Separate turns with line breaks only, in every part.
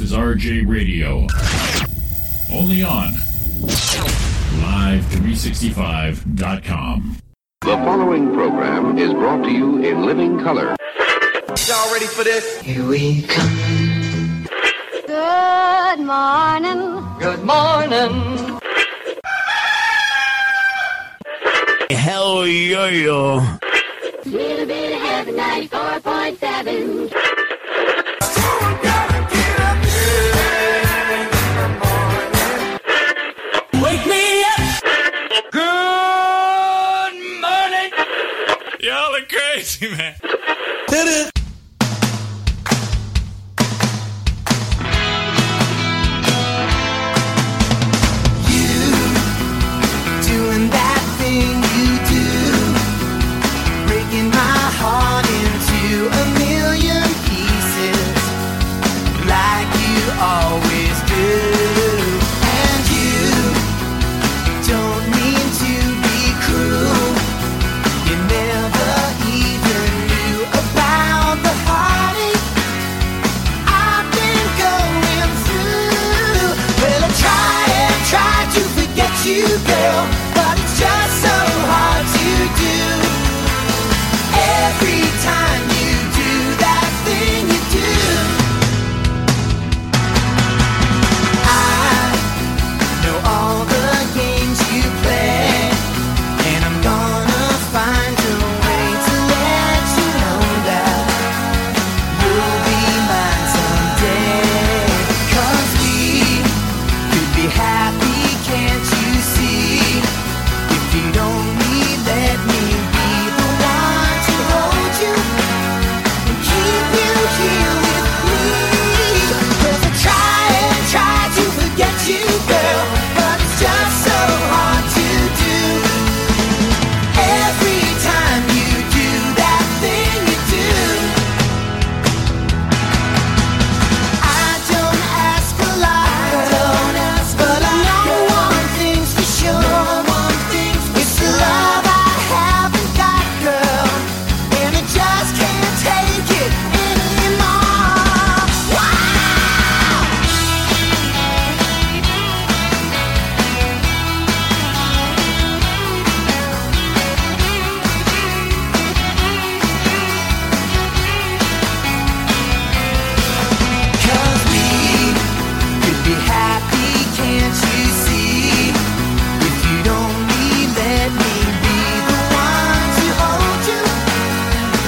is RJ Radio. Only on live365.com.
The following program is brought to you in living color.
Y'all ready for this?
Here we come.
Good morning.
Good morning.
Hell yo yo.
Little bit of heaven, 94.7.
Wake me up. Good morning. Y'all are crazy, man.
doing that thing you do, breaking my heart into a million pieces, like you always do. And you don't mean to be cruel. You never even knew about the heartache I've been going through. Well, I try and try to forget you, girl, but it's just so hard to do. Every time you do that thing you do, I know all the games you play, and I'm gonna find a way to let you know that. You'll be mine someday. 'Cause we could be happy, can't you see? If you'd only let me be the one to hold you and keep you here with me. 'Cause I try and try to forget you, girl, but it's just so hard to do. Every time you do that thing you do. I don't ask a lot, but I know one thing's for sure. It's the love I haven't got, girl, and I just can't take it anymore. Wow. Cause we could be happy, can't you see? If you'd only let me be the one to hold you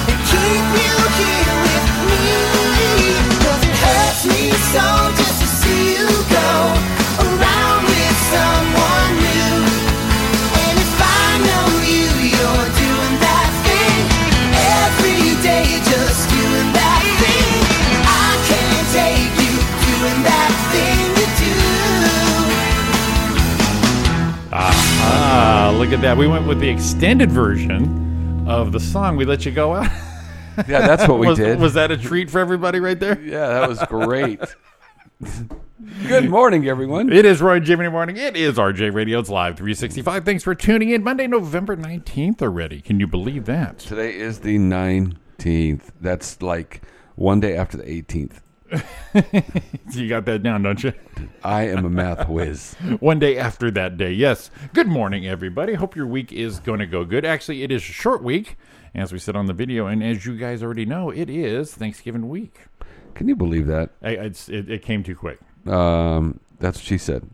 and keep you here with me. 'Cause it hurts me so just to see you go around with someone new. And if I know you, you're doing that thing every day, just doing that thing. I can't take you doing that thing you do.
Ah, look at that. We went with the extended version of the song. We let you go out.
Yeah, that's what we
was,
did.
was that a treat for everybody right there?
yeah, that was great. Good morning, everyone.
It is Roy and Jimmy in the morning. It is RJ Radio's Live 365. Thanks for tuning in. Monday, November 19th already. Can you believe that?
Today is the 19th. That's like one day after the 18th.
You got that down, don't you?
I am a math whiz.
One day after that day. Yes. Good morning, everybody. Hope your week is going to go good. Actually, it is a short week, as we said on the video. And as you guys already know, it is Thanksgiving week.
Can you believe that?
I, it's, it, it came too quick.
Um, that's what she said.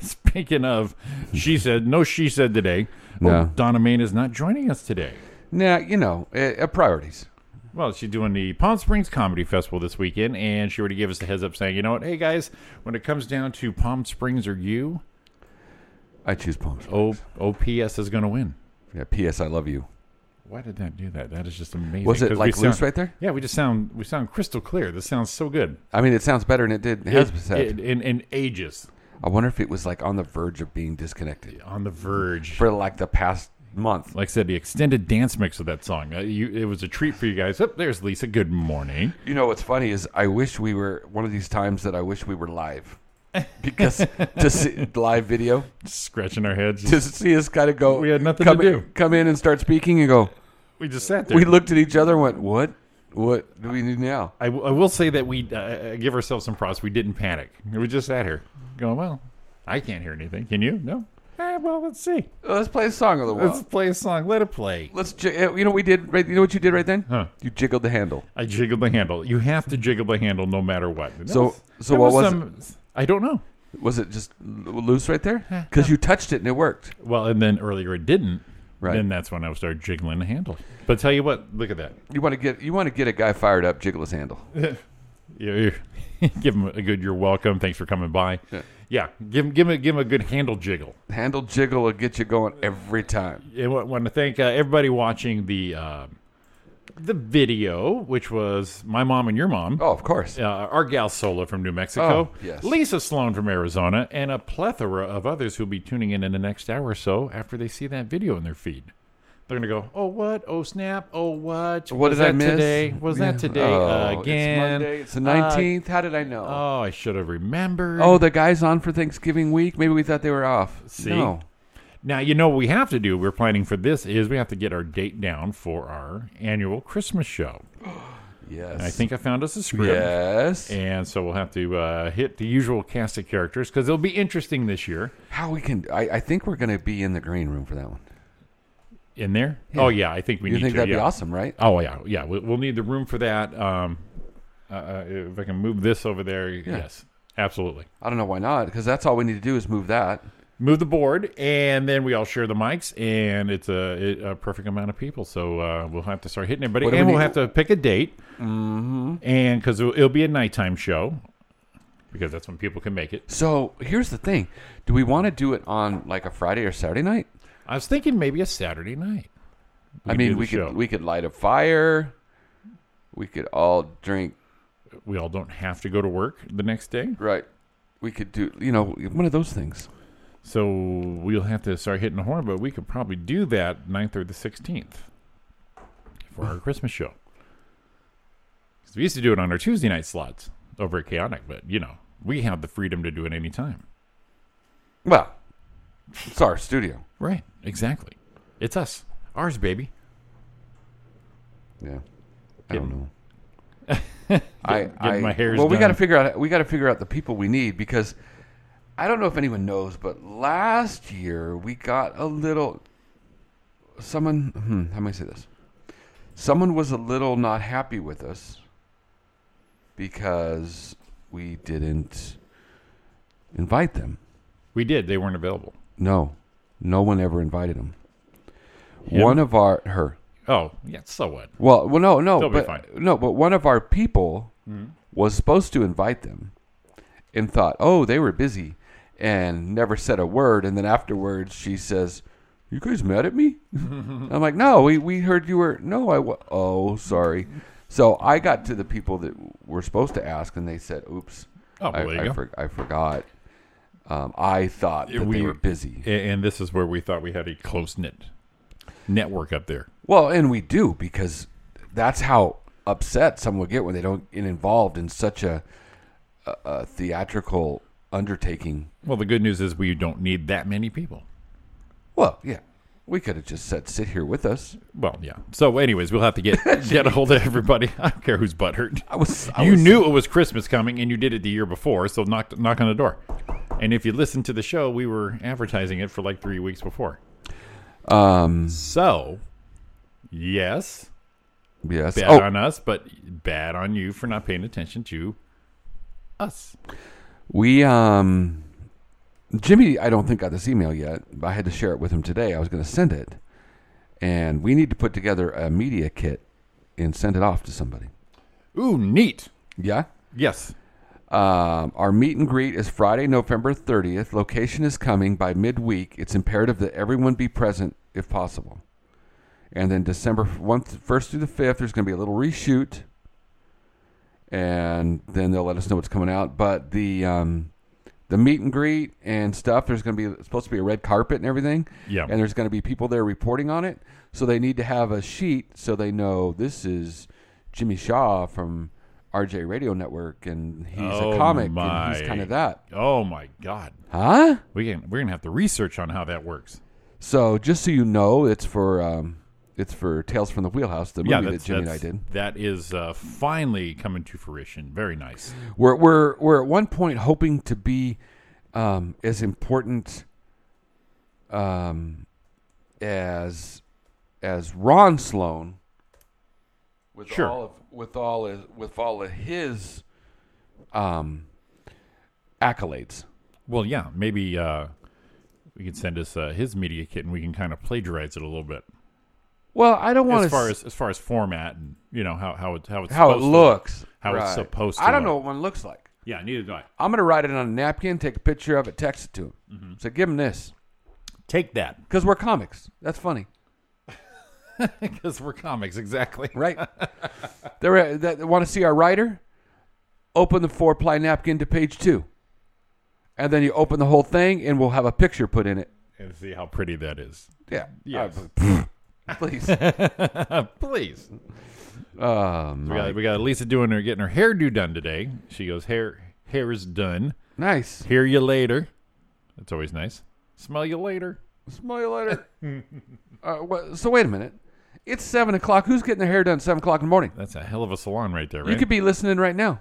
Speaking of, she said, no, she said today.
No.
Well, Donna Main is not joining us today.
Nah, you know, eh, eh, priorities.
Well, she's doing the Palm Springs Comedy Festival this weekend, and she already gave us a heads up saying, you know what, hey guys, when it comes down to Palm Springs or you,
I choose Palm Springs.
o- OPS is going to win.
Yeah, P.S. I love you.
Why did that do that? That is just amazing.
Was it
'cause we
like loose
sound-
right there?
Yeah, we just sound we sound crystal clear. This sounds so good.
I mean, it sounds better than it did. Has been said.
It- in, in ages
I wonder if it was like on the verge of being disconnected
on the verge.
for like the past month.
like I said, the extended dance mix of that song. Uh, you, it was a treat for you guys. Oh, there's Lisa. Good morning.
You know what's funny is I wish we were one of these times that I wish we were live because to see live video
Scratching our heads.
to see us kind of go.
We had nothing
come
to
in,
do.
Come in and start speaking and go.
we just sat there.
We looked at each other and went, "What? What do we do now?
I, w- I will say that we uh, give ourselves some props. We didn't panic. We just sat here going, well, I can't hear anything. Can you? No. Eh, well, let's see.
"Oh, Let's play a song of the
Let's
wall.
play a song. Let it play.
Let's, ji- uh you know what we did right. You know what you did right then?
Huh.
You jiggled the handle.
I jiggled the handle. You have to jiggle the handle no matter what. That
So- so
that
what was
I don't know.
Was it just l- loose right there? Because you touched it and it worked.
Well, and then earlier it didn't.
Right.
Then that's when I started jiggling the handle. But tell you what, look at that.
You want to get you want to get a guy fired up. Jiggle his handle.
You- you- give him a good. You're welcome. Thanks for coming by. Yeah. give him give him a, give him a good handle jiggle.
Handle jiggle will get you going every time.
I wa- want to thank uh, everybody watching the uh, the video, which was my mom and your mom.
Oh, of course.
uh, our gal Sola from New Mexico,
Oh, yes.
Lisa Sloan from Arizona, and a plethora of others who'll be tuning in in the next hour or so after they see that video in their feed. They're gonna go, oh what, oh snap, oh what?
What
was
did I
that
miss
today? Was
Yeah.
that today
Oh,
uh, again?
It's Monday. It's the
Uh,
nineteenth. How did I know?
oh, I should have remembered.
oh, the guy's on for Thanksgiving week. Maybe we thought they were off.
See?
No.
Now, you know what we have to do, we're planning for this, is we have to get our date down for our annual Christmas show.
Yes.
And I think I found us a script.
Yes.
And so we'll have to uh, hit the usual cast of characters because it'll be interesting this year.
How we can? I, I think we're going to be in the green room for that one.
in there. Oh yeah, I think we
You
need
think
to.
that'd
yeah.
be awesome, right?
Oh yeah, yeah. We'll, we'll need the room for that. Um, uh, uh, if I can move this over there, yes, absolutely.
I don't know why not, because that's all we need to do is move that.
Move the board, and then we all share the mics, and it's a, it- a perfect amount of people. So uh, we'll have to start hitting everybody,
What do
and
we
we'll
need-
have to pick a date, mm-hmm. and because it'll, it'll be a nighttime show, because that's when people can make it.
So here's the thing: Do we want to do it on like a Friday or Saturday night?
I was thinking maybe a Saturday night.
I
could do
mean,
the
we
show.
could we could light a fire. We could all drink.
We all don't have to go to work the next day.
Right. We could do you know one of those things.
So we'll have to start hitting the horn, but we could probably do that 9th or the 16th for our Christmas show. 'Cause we used to do it on our Tuesday night slots over at Chaotic, but you know, we have the freedom to do it any time.
Well, it's our studio.
Right, exactly. It's us, ours, baby.
Yeah. I
Getting-
don't know. I, I
my hairs
well, we
done.
got to figure out we got to figure out the people we need because I don't know if anyone knows, but last year we got a little someone. Hmm, how am I say this? Someone was a little not happy with us because we didn't invite them.
We did, they weren't available.
No, no one ever invited them.
Him?
One of our her
Oh, yeah, so what?
well, well, no, no,
They'll be
but
fine. Mm-hmm.
no, but one of our people was supposed to invite them, and thought, oh, they were busy, and never said a word. And then afterwards, she says, "You guys mad at me?" I'm like, "No, we we heard you were no, I wa- oh, sorry." So I got to the people that were supposed to ask, and they said, "Oops,
Oh, well,
I,
there you
I,
go.
for- I forgot." Um, I thought that
We-
they were busy.
A- And this is where we thought we had a close knit network up there.
Well, and we do because that's how upset someone would get when they don't get involved in such a, a, a theatrical undertaking.
Well, the good news is we don't need that many people.
Well, yeah, we could have just said, "Sit here with us."
Well, yeah. So, anyways, we'll have to get get a hold of everybody. I don't care who's butthurt.
I was, I
You
was-
knew it was Christmas coming, and you did it the year before. So knock knock on the door. And if you listen to the show, we were advertising it for like three weeks before.
Um,
So, yes,
yes.
bad
Oh,
on us, but bad on you for not paying attention to us.
we um, Jimmy, I don't think got this email yet. But I had to share it with him today. I was going to send it, and we need to put together a media kit and send it off to somebody.
Ooh, neat.
Yeah.
Yes.
Um, our meet and greet is Friday, November 30th. Location is coming by midweek. It's imperative that everyone be present if possible. And then December 1st, 1st through the 5th, there's going to be a little reshoot. And then they'll let us know what's coming out. But the um, the meet and greet and stuff, there's going to be supposed to be a red carpet and everything.
Yeah.
And there's going to be people there reporting on it. So they need to have a sheet so they know this is Jimmy Shaw from RJ Radio Network and he he's
Oh
a comic and
my.
he's kind of that
Oh my God.
huh
We can, we're gonna have to research on how that works.
so just so you know it's for um, It's for Tales from the Wheelhouse, the
yeah,
movie
that's,
that Jimmy and I
that's-
did.
That is uh, finally coming to fruition. Very nice.
We're we're we're at one point hoping to be um, as important um, as as Ron Sloan with
Sure.
all of with all his, with all of his um, accolades.
Well, yeah, maybe uh, we could send us uh, his media kit and we can kind of plagiarize it a little bit
Well, I don't want
as far as as far as format and you know how how it how it's
how it
supposed to
looks,
how it's
Right.
supposed. to
I don't
look.
know what one looks like.
Yeah, neither do I.
I'm gonna write it on a napkin, take a picture of it, text it to him.
Mm-hmm.
So give him this
Take that
because we're comics. That's funny,
because we're comics, exactly.
right? They're- uh, they want to see our writer. Open the four ply napkin to page two, and then you open the whole thing, and we'll have a picture put in it.
And see how pretty that is.
Yeah,
Yes.
Uh, please.
Please.
um,
We got, we got Lisa doing her getting her hairdo done today. She goes, hair hair is done.
nice.
Hear you later. That's always nice. Smell you later.
Smell you later. uh, what, so wait a minute. It's seven o'clock. Who's getting their hair done at seven o'clock in the morning?
That's a hell of a salon right there, right?
You could be listening right now.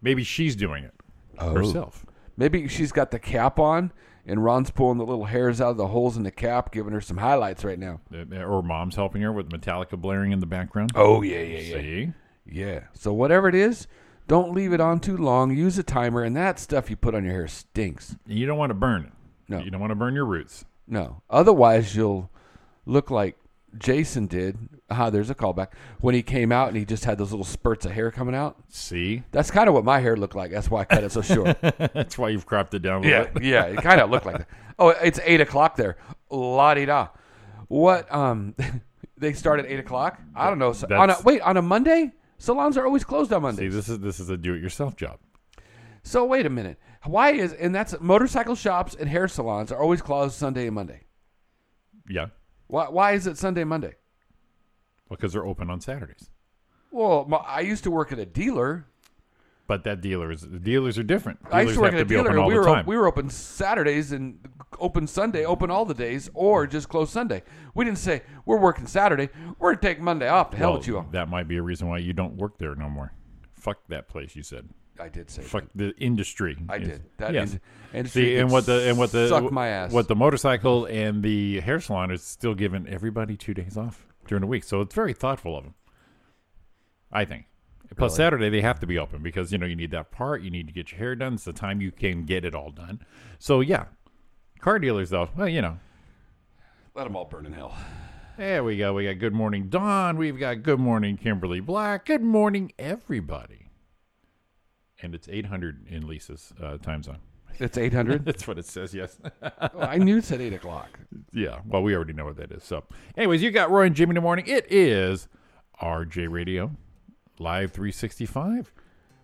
Maybe she's doing it
Oh.
herself.
Maybe she's got the cap on, and Ron's pulling the little hairs out of the holes in the cap, giving her some highlights right now.
Uh, Or mom's helping her with Metallica blaring in the background.
Oh yeah, yeah,
See?
yeah. So whatever it is, don't leave it on too long. Use a timer, and that stuff you put on your hair stinks.
You don't want to burn it.
No.
You don't want to burn your roots.
No, otherwise you'll look like Jason did. Ah, there's a callback when he came out and he just had those little spurts of hair coming out.
See?
That's kind of what my hair looked like. That's why I cut it so short.
That's why you've cropped it down a little bit.
yeah, it kind of looked like that. Oh, it's eight o'clock there. La di da. What? Um, they start at eight o'clock. I don't know. So, on a,
That's-
wait, on a Monday, salons are always closed on
See,
Mondays.
this is this is a do it yourself job.
So wait a minute. Why is and that's motorcycle shops and hair salons are always closed Sunday and Monday.
Yeah.
Why? Why is it Sunday Monday?
Because they're open on Saturdays.
Well, my, I used to work at a dealer.
But that dealer is the dealers are different. Dealers
I used to work
have
at a
to be
dealer,
open all
and we
the
were
time.
we were open Saturdays and open Sunday, open all the days, or just close Sunday. We didn't say we're working Saturday. We're gonna take Monday off. To hell
Well,
with you all.
Oh, That might be a reason why you don't work there no more. Fuck that place, you said.
I did say
Fuck the industry.
I
Yes.
did. That
yes.
ind- industry
See, and
could
what the and what the
suck my ass.
What the motorcycle and the hair salon is still giving everybody two days off during the week, so it's very thoughtful of them. I think. Plus Saturday they have to be open because you know you need that part, you need to get your hair done. It's the time you can get it all done. So yeah, car dealers though, well you know.
Let them all burn in hell.
There we go. We got Good Morning Dawn. We've got Good Morning Kimberly Black. Good morning, everybody. And it's 800 in Lisa's uh, time zone.
It's eight hundred. Oh,
That's what it says, yes.
I knew it said eight o'clock.
yeah, well, we already know what that is. So, anyways, you got Roy and Jimmy in the morning. It is RJ Radio Live 365.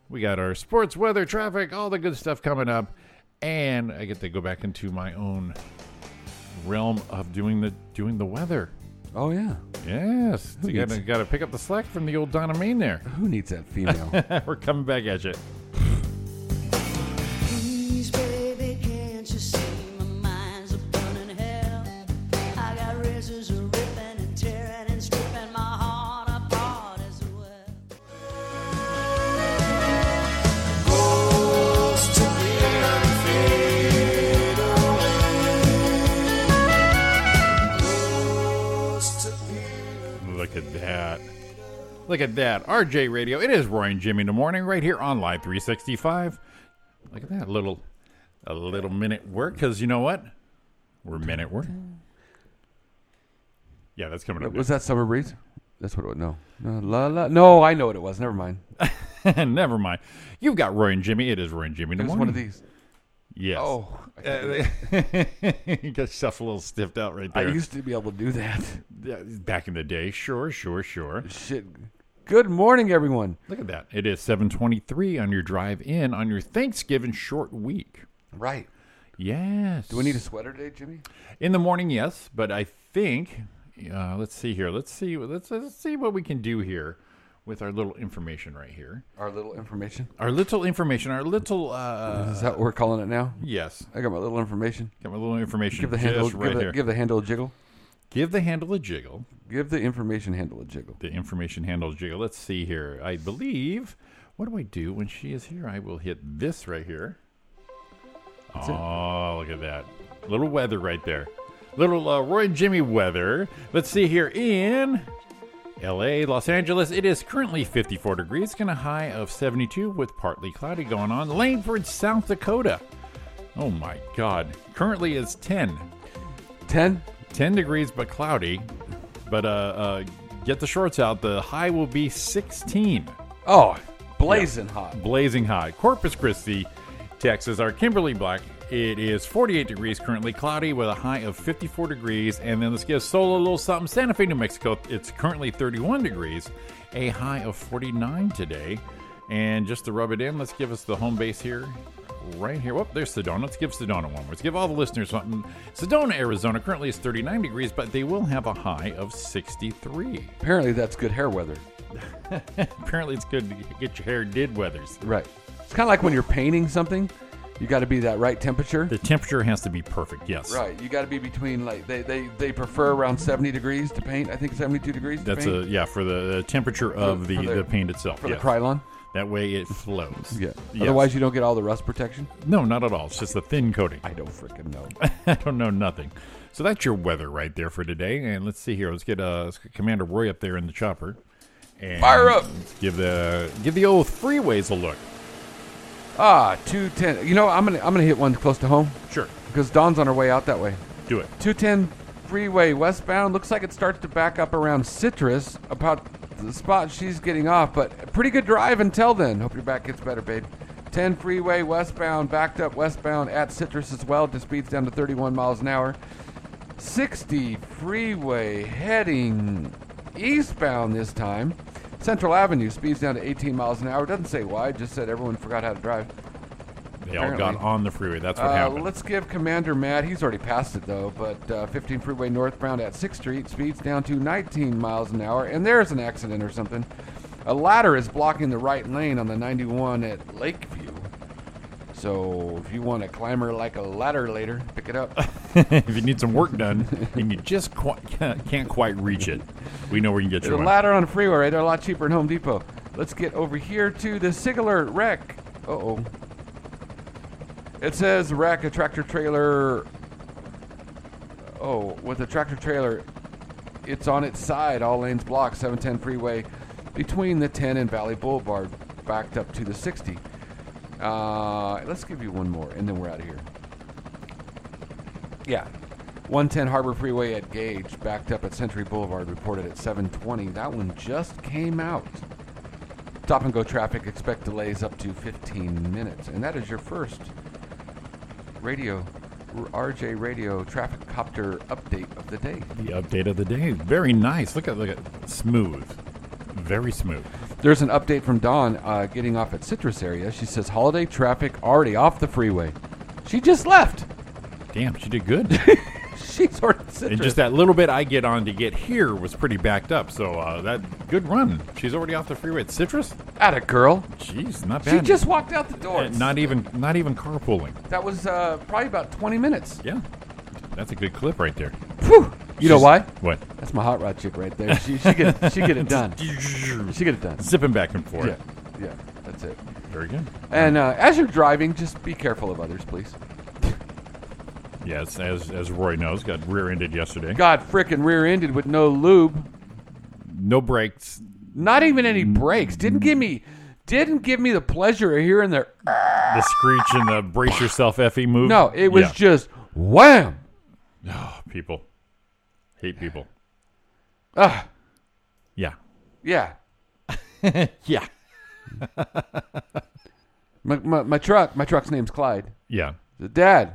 We got our sports, weather, traffic, all the good stuff coming up. And I get to go back into my own realm of doing the doing the weather.
Oh yeah.
Yes,
Who
you gotta,
needs-
gotta pick up the slack from the old Donna Main there.
Who needs that female?
We're coming back at you.
Please, baby, can't you see my mind's a burning hell? I got razors a ripping and tearing and stripping my heart apart as well.
Look at that. Look at that. RJ Radio. It is Roy and Jimmy in the morning right here on Live 365. Look at that little a little minute work because you know what? We're minute work. Yeah, that's coming up.
was that summer breeze? That's what it was. No. No, la, la. no, I know what it was. Never mind.
Never mind. You've got Roy and Jimmy. It is Roy and Jimmy in the
It was
morning.
one of these.
Yes.
Oh, I-
you got yourself a little stiffed out right
I
there.
used to be able to do that.
Yeah, Back in the day. Sure, sure, sure.
Shit. Good morning, everyone.
Look at that. It is 723 on your drive in on your Thanksgiving short week.
Right.
Yes.
Do we need a sweater today, Jimmy?
In the morning, yes, but I think uh, let's see here. Let's see let's, let's see what we can do here with our little information right here.
Our little information.
Our little information, our little uh
Is that what we're calling it now?
yes.
I got my little information.
Got my little information
Give the
just
handle.
right
give, the,
here.
give the handle a jiggle.
Give the handle a jiggle.
Give the information handle a jiggle.
The information handle a jiggle. Let's see here. I believe. What do I do when she is here? I will hit this right here. oh, look at that. Little weather right there. Little uh, Roy and Jimmy weather. Let's see here in LA, Los Angeles. It is currently 54 degrees, going a high of 72 with partly cloudy going on. Langford, South Dakota. Oh my God. Currently it's 10.
10?
10 degrees but cloudy. But uh, uh, get the shorts out. The high will be 16.
Oh, blazing hot.
Blazing hot. Corpus Christi, Texas, our Kimberly Black. It is 48 degrees currently, cloudy with a high of 54 degrees. And then let's give Solo a little something. Santa Fe, New Mexico, it's currently 31 degrees, a high of 49 today. And just to rub it in, let's give us the home base here. Right here. Whoop, there's Sedona. Let's give Sedona one more. Let's give all the listeners something. Sedona, Arizona currently is 39 degrees, but they will have a high of 63.
Apparently, that's good hair weather.
Apparently, it's good to get your hair did weathers.
Right. It's kind of like when you're painting something, you got to be that right temperature.
The temperature has to be perfect, yes.
Right. You got to be between like they, they they prefer around 70 degrees to paint. I think 72 degrees.
That's
to
a
paint
yeah for the, the temperature of the,
for
the,
the-
paint itself.
for
yes.
the Krylon.
that way it flows.
Yeah.
Yes.
Otherwise, you don't get all the rust protection.
no, not at all. It's just a thin coating.
I don't freaking know.
I don't know nothing. So that's your weather right there for today. And let's see here. Let's get uh let's get Commander Roy up there in the chopper. And
Fire up!
Let's give the give the old freeways a look.
ah, 210. You know, I'm gonna I'm gonna hit one close to home
Sure,
because Dawn's on her way out that way.
do it.
210 freeway westbound looks like it starts to back up around Citrus, about the spot she's getting off, but a pretty good drive until then. Hope your back gets better, babe. 10 freeway westbound, backed up westbound at Citrus as well, to speeds down to 31 miles an hour. 60 freeway heading eastbound this time. Central Avenue speeds down to 18 miles an hour. Doesn't say why, just said everyone forgot how to drive.
They all got
Apparently.
on the freeway. That's what
Uh,
happened.
let's give Commander Matt, he's already passed it though, but uh, 15 freeway northbound at 6th Street speeds down to 19 miles an hour, and there's an accident or something. A ladder is blocking the right lane on the 91 at Lakeview. So if you want to clamber like a ladder later, pick it up.
if you need some work done and you just qui- can't quite reach it, we know where you can get
There's
your
a
one.
ladder on the freeway, right? They're a lot cheaper in Home Depot. Let's get over here to the Sigler wreck. Uh oh. It says wreck, a tractor trailer. Oh, with a tractor trailer. It's on its side, all lanes blocked, 710 freeway between the 10 and Valley Boulevard, backed up to the 60. Uh, let's give you one more, and then we're out of here. Yeah. 110 Harbor Freeway at Gage, backed up at Century Boulevard, reported at 720. That one just came out. Stop and go traffic, expect delays up to 15 minutes. And that is your first radio, RJ Radio traffic copter update of the day.
The update of the day. Very nice. Look at look at smooth. Very smooth.
There's an update from Dawn uh, getting off at Citrus area. She says holiday traffic already off the freeway. She just left.
Damn, she did good.
She's already at Citrus.
and just that little bit I get on to get here was pretty backed up. So uh, that good run. She's already off the freeway at Citrus.
at a girl.
Jeez, not
She
bad.
just walked out the door.
Uh, not even not even carpooling.
That was uh, probably about 20 minutes.
Yeah, that's a good clip right there.
Whew. You know
She's-
why?
What?
That's my hot rod chick right there. She, she get she get it done. She get it done.
Zipping back and forth.
Yeah, yeah, that's it.
Very good.
And uh, as you're driving, just be careful of others, please.
Yes, as as Roy knows, got rear-ended yesterday.
God frickin' rear-ended with no lube,
No brakes.
not even any brakes. Didn't give me, didn't give me the pleasure of hearing their.
The screech and the brace yourself, Effie move.
No, it was
Yeah.
just wham.
people. Hate people.
Ugh.
Yeah.
Yeah,
Yeah.
my, my my truck, my truck's name's Clyde.
Yeah.
Dad,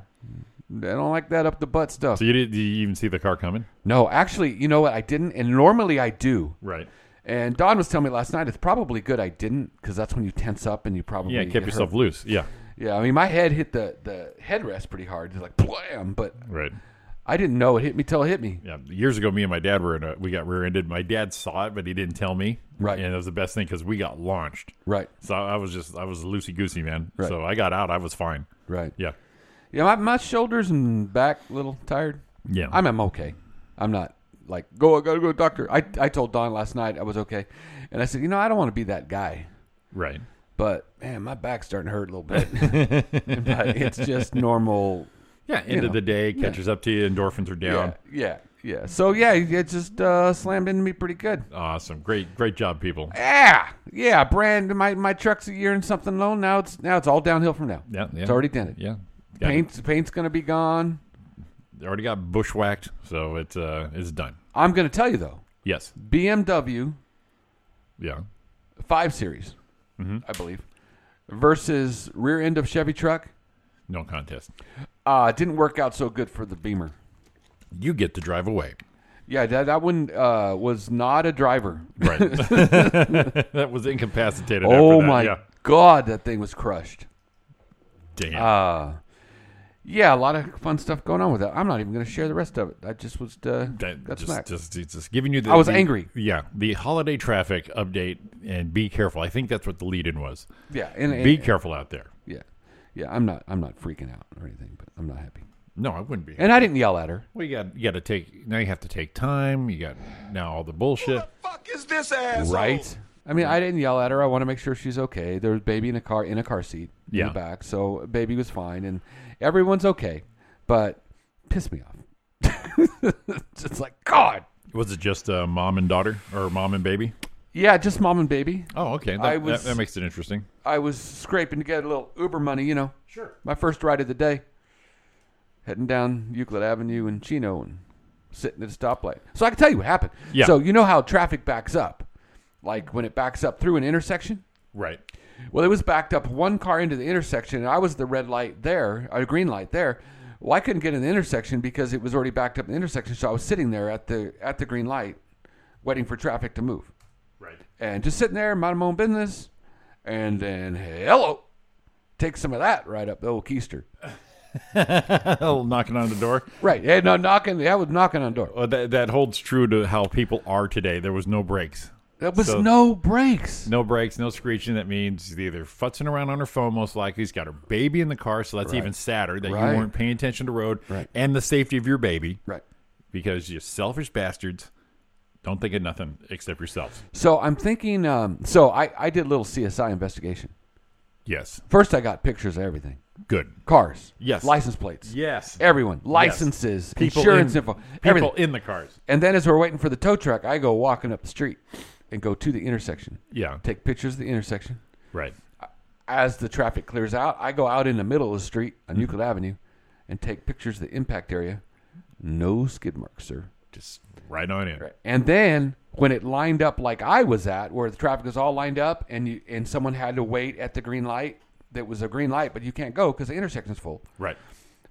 I don't like that up the butt stuff.
So you did, did you even see the car coming?
No, actually, you know what? I didn't, and normally I do.
Right.
And Don was telling me last night it's probably good I didn't because that's when you tense up and you probably
Yeah,
get
kept yourself
hurt.
loose. Yeah.
Yeah, I mean my head hit the the headrest pretty hard, just like blam. But
Right.
I didn't know it hit me till it hit me.
Yeah. Years ago, me and my dad were in a, we got rear-ended. My dad saw it, but he didn't tell me.
Right.
And it was the best thing because we got launched.
Right,
So I was just I was loosey goosey, man.
Right.
So I got out. I was fine.
right.
Yeah.
Yeah, my, my shoulders and back a little tired.
Yeah.
I'm, I'm okay. I'm not like, go, I gotta go to the doctor. I, I told Don last night I was okay. And I said, you know, I don't want to be that guy.
Right.
But man, my back's starting to hurt a little bit. but it's just normal.
Yeah. End of
know,
the day, catches up to you. Endorphins are down.
Yeah. Yeah. yeah. So yeah, it just uh, slammed into me pretty good.
Awesome. Great. Great job, people.
Yeah, yeah, brand. My my truck's a year and something low. Now it's now it's all downhill from now.
Yeah. yeah.
it's already done it.
Yeah. Got it.
paint's paint's gonna be gone.
already got bushwhacked, so it's uh it's done.
I'm gonna tell you though,
Yes.
BMW
Yeah.
five series,
Mm-hmm.
I believe, versus rear end of Chevy truck.
No contest.
Uh, didn't work out so good for the Beamer.
You get to drive away.
Yeah, that that one uh, was not a driver.
Right. that was incapacitated.
Oh
after that.
my
Yeah.
god, that thing was crushed.
Dang it.
Ah, Yeah, a lot of fun stuff going on with that. I'm not even gonna share the rest of it. I just was uh,
That-
that's
just,
smacked.
just, just, just giving you the.
I was
the-
angry.
Yeah, the holiday traffic update, and be careful. I think that's what the lead-in was.
yeah, and, and-
Be careful out there.
Yeah, yeah. I'm not. I'm not freaking out or anything, but I'm not happy.
No, I wouldn't be.
And I didn't yell at her.
Well, you got you got to take now. You have to take time. You got now all the bullshit.
Fuck is this asshole?
Right. I mean, I didn't yell at her. I want to make sure she's okay. There was baby in a car in a car seat in
Yeah.
the back, so baby was fine, and everyone's okay. But pissed me off. just like God.
Was it just uh, mom and daughter or mom and baby?
Yeah, just mom and baby.
Oh, okay. That,
I was-
that, that makes it interesting.
I was scraping to get a little Uber money, you know.
Sure.
My first ride of the day. Heading down Euclid Avenue in Chino and sitting at a stoplight. So I can tell you what happened.
Yeah.
So you know how traffic backs up? Like when it backs up through an intersection?
Right.
Well, it was backed up one car into the intersection, and I was the red light there, or green light there. Well, I couldn't get in the intersection because it was already backed up in the intersection, so I was sitting there at the at the green light, waiting for traffic to move
Right.
and just sitting there, minding my own business, and then hello, take some of that right up the old keister.
Oh, knocking on the door.
Right, yeah, no knocking. That was knocking on the door.
Well, that that holds true to how people are today. There was no breaks.
There was
So-
no breaks.
No brakes, no screeching. That means she's either futzing around on her phone, most likely. She's got her baby in the car, so that's even sadder that
Right.
you weren't paying attention to road
Right.
and the safety of your baby
Right.
because you selfish bastards don't think of nothing except yourself.
So I'm thinking. Um, so I I did a little CSI investigation.
Yes.
First, I got pictures of everything:
Good.
cars,
Yes.
license plates,
Yes.
everyone, licenses, insurance
in,
info,
People
everything.
in the cars.
and then as we're waiting for the tow truck, I go walking up the street and go to the intersection.
Yeah.
Take pictures of the intersection.
Right.
as the traffic clears out, I go out in the middle of the street on Euclid Avenue and take pictures of the impact area. No skid marks, sir.
Just right on in.
And then when it lined up like I was at, where the traffic was all lined up and you and someone had to wait at the green light that was a green light, but you can't go because the intersection's full.
Right.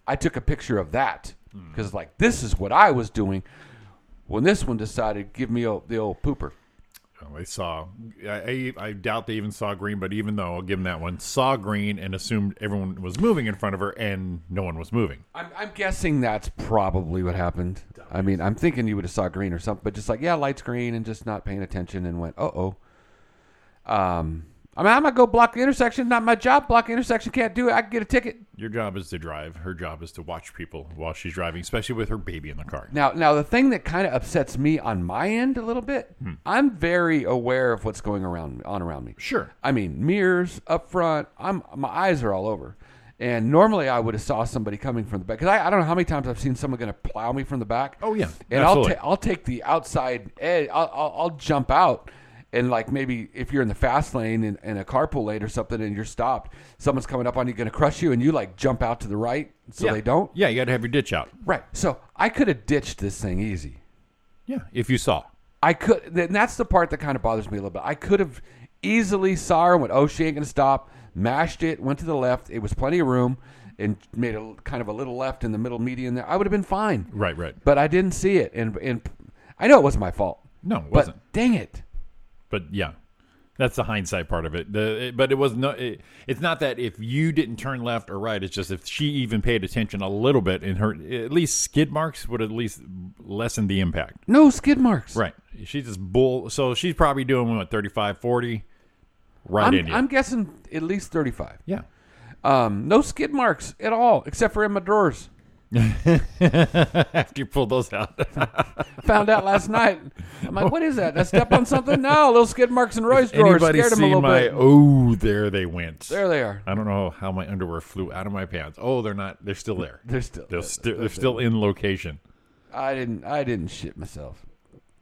I took a picture of that because like this is what I was doing when this one decided to give me o- the old pooper.
Well, Oh, They saw. I, I I doubt they even saw green, but even though I'll give them that one, saw green and assumed everyone was moving in front of her, and no one was moving.
I'm, I'm guessing that's probably what happened. I mean, I'm thinking you would have saw green or something, but just like yeah, lights green, and just not paying attention, and went, uh oh. Um, I mean, I'm gonna go block the intersection. Not my job. Block the intersection. Can't do it. I can get a ticket.
Your job is to drive. Her job is to watch people while she's driving, especially with her baby in the car.
Now, now the thing that kind of upsets me on my end a little bit,
Hmm.
I'm very aware of what's going around on around me.
Sure.
I mean, mirrors up front. I'm my eyes are all over. And normally I would have saw somebody coming from the back because I, I don't know how many times I've seen someone going to plow me from the back.
Oh, yeah.
and I'll
Absolutely.
ta- I'll take the outside edge. I'll, I'll I'll jump out and like maybe if you're in the fast lane in, in a carpool lane or something and you're stopped, someone's coming up on you going to crush you and you like jump out to the right so they don't.
Yeah, you got to have your ditch out.
Right. So I could have ditched this thing easy.
Yeah, if you saw.
I could, and that's the part that kind of bothers me a little bit. I could have easily saw her and went, "Oh, she ain't gonna stop." Mashed it, went to the left. It was plenty of room, and made a kind of a little left in the middle median there. I would have been fine.
Right, right.
But I didn't see it, and and I know it wasn't my fault.
No, it
but
wasn't.
Dang it!
But yeah, that's the hindsight part of it. The it- but it was no. It, it's not that if you didn't turn left or right. It's just if she even paid attention a little bit in her at least skid marks would at least lessen the impact.
No skid marks.
Right. She's just bull. So she's probably doing what 35, 40? Right in
I'm,
you.
I'm guessing at least thirty-five.
yeah.
Um, no skid marks at all, except for in my drawers.
After you pulled those out,
Found out last night. I'm like, what is that? Did I step on something? No, little skid marks in Roy's drawer
anybody
scared him a
see
little
my?
bit.
Oh, there they went.
There they are.
I don't know how my underwear flew out of my pants. Oh, they're not. They're still there.
They're still.
They're, st- they're still in location.
I didn't. I didn't shit myself.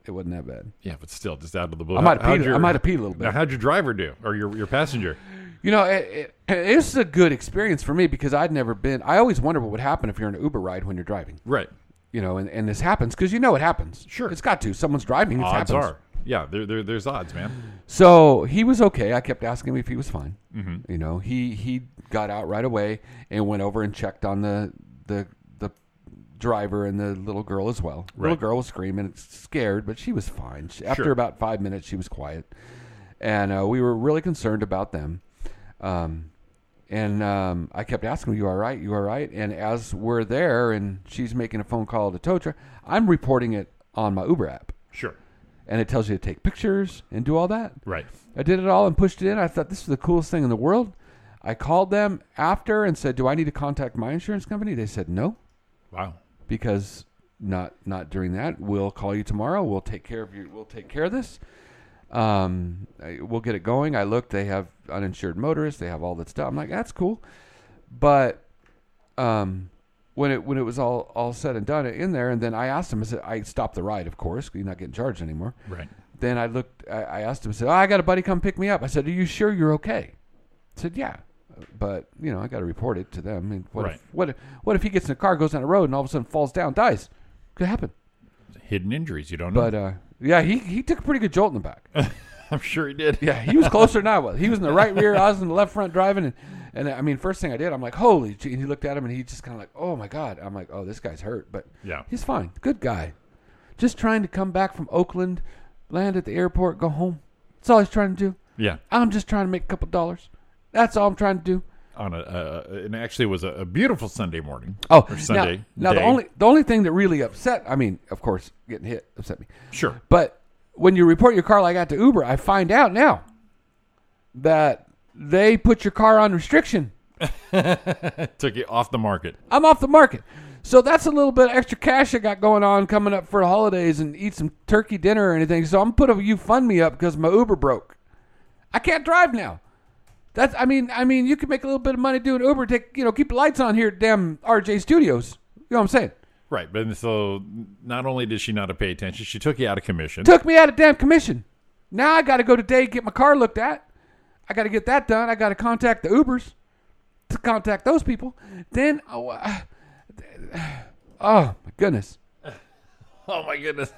It wasn't that bad.
Yeah, but still, just out of the blue.
I might have
How'd
peed- I might have peed a little bit.
Now, how'd your driver do, or your your passenger?
You know, it, it, it's a good experience for me because I'd never been. I always wonder what would happen if you're in an Uber ride when you're driving.
Right.
You know, and, and this happens because you know it happens.
Sure.
it's got to. Someone's driving. It
Odds
happens.
are. Yeah, there, there, there's odds, man.
So he was okay. I kept asking him if he was fine. Mm-hmm. You know, he he got out right away and went over and checked on the the the driver and the little girl as well. Little
Right.
girl was screaming, scared, but she was fine. She, after
Sure.
about five minutes, she was quiet, and uh, we were really concerned about them. Um, and um, I kept asking, "You all right? You all right?" And as we're there, and she's making a phone call to tow truck, I'm reporting it on my Uber app
Sure.
and it tells you to take pictures and do all that.
Right.
I did it all and pushed it in. I thought this is the coolest thing in the world. I called them after and said, "Do I need to contact my insurance company?" They said, "No,
Wow.
because not not during that. We'll call you tomorrow. We'll take care of you. We'll take care of this. Um, I- we'll get it going." I looked. They have uninsured motorists. They have all that stuff. I'm like, "That's cool," but um, when it when it was all all said and done in there, and then I asked them. I said, "I stopped the ride, of course. 'cause You're not getting charged anymore."
Right.
then I looked, I, I asked him, I said, oh, I got a buddy come pick me up. I said, Are you sure you're okay? I said, Yeah. But, you know, I got to report it to them. I mean, what,
Right.
if, what, if, what if he gets in a car, goes down a road, and all of a sudden falls down, dies? Could happen.
Hidden injuries. You don't know.
But, uh, yeah, he, he took a pretty good jolt in the back.
I'm sure he did.
Yeah, he was closer than I was. He was in the right rear, I was in the left front driving. And, and I mean, first thing I did, I'm like, Holy. Gee. And he looked at him, and he just kind of like, Oh, my God. I'm like, Oh, this guy's hurt. But
Yeah.
he's fine. Good guy. Just trying to come back from Oakland, land at the airport, go home. That's all he's trying to do.
Yeah.
I'm just trying to make a couple dollars. That's all I'm trying to do.
On a, uh, and actually, it was a, a beautiful Sunday morning.
Oh,
or Sunday.
now, now the
day.
only the only thing that really upset, I mean, of course, getting hit upset me.
Sure.
But when you report your car like that to Uber, I find out now that they put your car on restriction.
Took you off the market.
I'm off the market. So that's a little bit of extra cash I got going on coming up for the holidays and eat some turkey dinner or anything. So I'm putting a you fund me up because my Uber broke. I can't drive now. That's I mean I mean you can make a little bit of money doing Uber. Take you know keep the lights on here at damn RJ Studios. You know what I'm saying?
Right. But so not only did she not pay attention, she took you out of commission.
Took me out of damn commission. Now I got to go today get my car looked at. I got to get that done. I got to contact the Ubers to contact those people. Then oh, I- oh my goodness.
oh my goodness.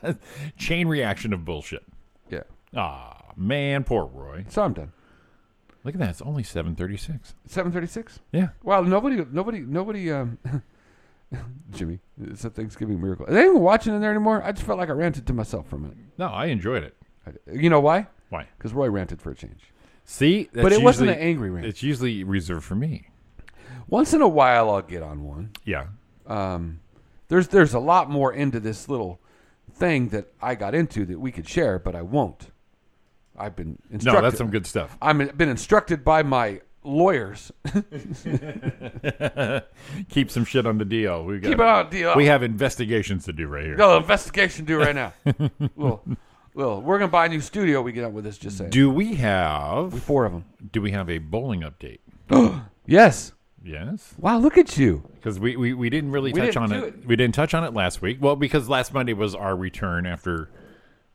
Chain reaction of bullshit.
Yeah.
Ah, man, poor Roy.
So I'm done.
Look at that. It's only 7:36.
Seven thirty-six.
Yeah.
Well, nobody, nobody, nobody. Um, Jimmy, it's a Thanksgiving miracle. Is anyone watching in there anymore? I just felt like I ranted to myself for a minute.
No, I enjoyed it.
I- You know why?
Why?
Because Roy ranted for a change.
See,
But
that's
it wasn't
usually-
an angry rant.
It's usually reserved for me.
Once in a while, I'll get on one.
Yeah.
Um, there's there's a lot more into this little thing that I got into that we could share, but I won't. I've been
No,
instructed.
that's some good stuff.
I've been instructed by my lawyers.
Keep some shit on the DL. We got
Keep it on DL.
We have investigations to do right here.
Got an investigation due right now. well, well, we're gonna buy a new studio. We get up with this. Just saying.
Do we have
Four of them.
do we have a bowling update?
Yes.
Yes.
Wow, look at you.
Because we, we, we didn't really
We
touch
didn't
on
do
it.
it.
We didn't touch on it last week. Well, because last Monday was our return after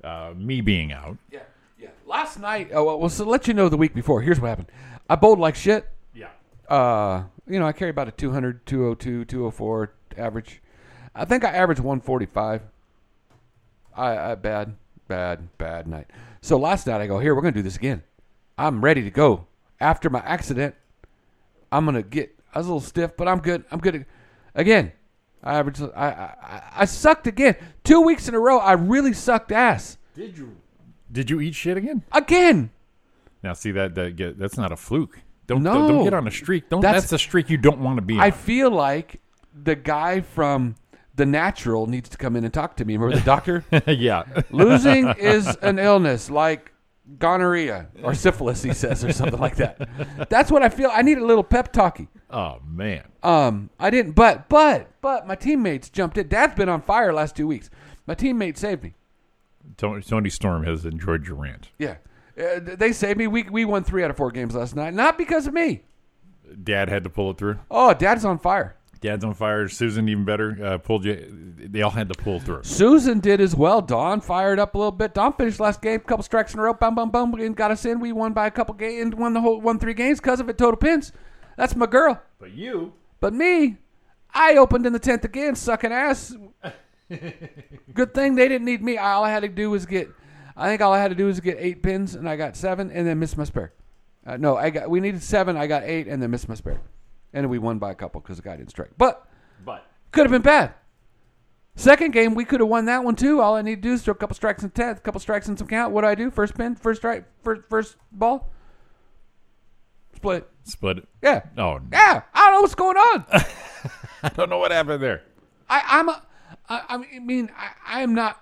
uh, me being out.
Yeah, yeah. Last night, oh, well, well, so let you know the week before. Here's what happened. I bowled like shit.
Yeah.
Uh, you know, I carry about a 200, 202, 204 average. I think I averaged 145. I, I bad, bad, bad night. So last night I go, here, we're gonna do this again. I'm ready to go. After my accident, I'm gonna get. I was a little stiff, but I'm good. I'm good again. I averaged. I I, I- I sucked again. Two weeks in a row, I really sucked ass
Did you eat shit again?
again.
Now see that that get, that's not a fluke. Don't,
No.
don't don't get on a streak. Don't
That's-
that's, a streak you don't want to be on.
I feel like the guy from The Natural needs to come in and talk to me. Remember the doctor?
yeah.
Losing is an illness like gonorrhea or syphilis, he says, or something like that. That's what I feel. I need a little pep talky.
Oh man.
Um, I didn't, but but but my teammates jumped in. Dad's been on fire last two weeks. My teammates saved me.
Tony, Tony Storm has enjoyed your rant.
Yeah, uh, they saved me. We we won three out of four games last night, not because of me.
Dad had to pull it through.
Oh, Dad's on fire.
Dad's on fire. Susan even better. Uh, pulled you. They all had to pull through.
Susan did as well. Don fired up a little bit. Don finished last game, couple strikes in a row, bum bum bum, and got us in. We won by a couple games, and won the whole won three games because of it. Total pins. That's my girl.
But you,
But me, I opened in the tenth again, sucking ass. Good thing they didn't need me. All I had to do was get. I think all I had to do was get eight pins, and I got seven, and then missed my spare. Uh, no, I got. We needed seven. I got eight, and then missed my spare, and we won by a couple because the guy didn't strike. But
but
could have been bad. Second game, we could have won that one too. All I need to do is throw a couple strikes in tenth, couple strikes in some count. What do I do? First pin, first strike, first first ball, split.
split. it.
Yeah,
Oh,
yeah. I don't know what's going on.
I don't know what happened there.
I, I'm a, I, I mean, I, I am not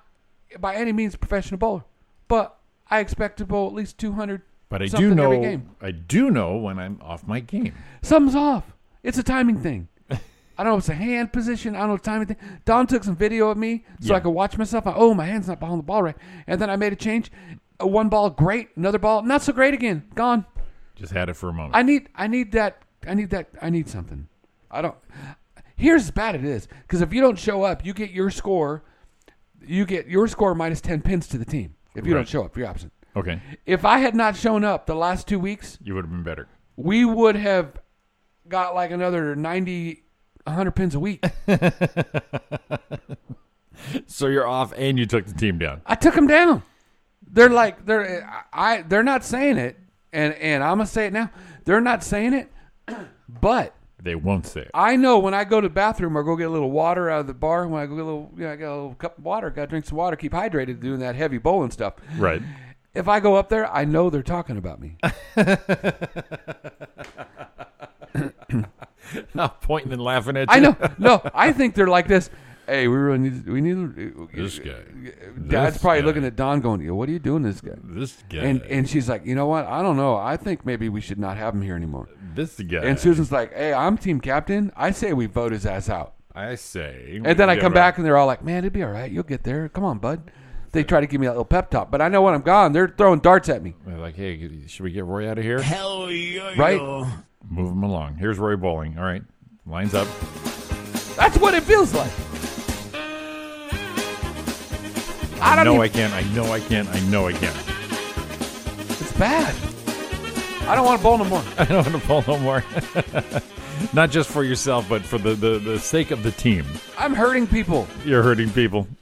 by any means a professional bowler, but I expect to bowl at least 200.
But I do
something every
know.
game.
I do know when I'm off my game.
Something's off. It's a timing thing. I don't know if it's a hand position. I don't know if timing thing. Don took some video of me so
Yeah.
I could watch myself. I, oh, my hand's not behind the ball right. And then I made a change. Uh, One ball, great. Another ball, not so great again. Gone.
Just had it for a moment.
I need I need that I need that I need something. I don't Here's as bad it is cuz if you don't show up, you get your score you get your score minus 10 pins to the team. If you
Right.
don't show up, you're absent.
okay,
If I had not shown up the last 2 weeks,
you would have been better.
we would have got like another 90 100 pins a week.
So you're off, and you took the team down.
I took them down. They're like they're I I- they're not saying it and and I'm going to say it now. They're not saying it, but
They won't say it.
I know when I go to the bathroom or go get a little water out of the bar, when I go get a little, you know, I got a little cup of water, got to drink some water, keep hydrated doing that heavy bowling stuff.
Right.
If I go up there, I know they're talking about me.
Not pointing and laughing at you.
I know. No, I think they're like this. Hey, we really need, we need, uh,
This guy.
Dad's
This
probably
guy.
looking at Don going, "Yeah, what are you doing to this guy?
This guy.
And, and she's like, you know what? I don't know. I think maybe we should not have him here anymore.
this guy.
And Susan's like, hey, I'm team captain. I say we vote his ass out.
I say.
And then I
Yeah,
come
but-
back and they're all like, "Man, it'll be all right. You'll get there. Come on, bud." They try to give me that little pep talk, but I know when I'm gone, they're throwing darts at me.
They're like, hey, should we get Roy out of here?
Right?
Move him along. Here's Roy bowling. All right. Lines up.
That's what it feels like. I
I
don't
know
even,
I can't. I know I can't. I know I can't.
it's bad. I don't want to bowl no more.
I don't want to bowl no more. Not just for yourself, but for the, the, the sake of the team.
I'm hurting people.
You're hurting people.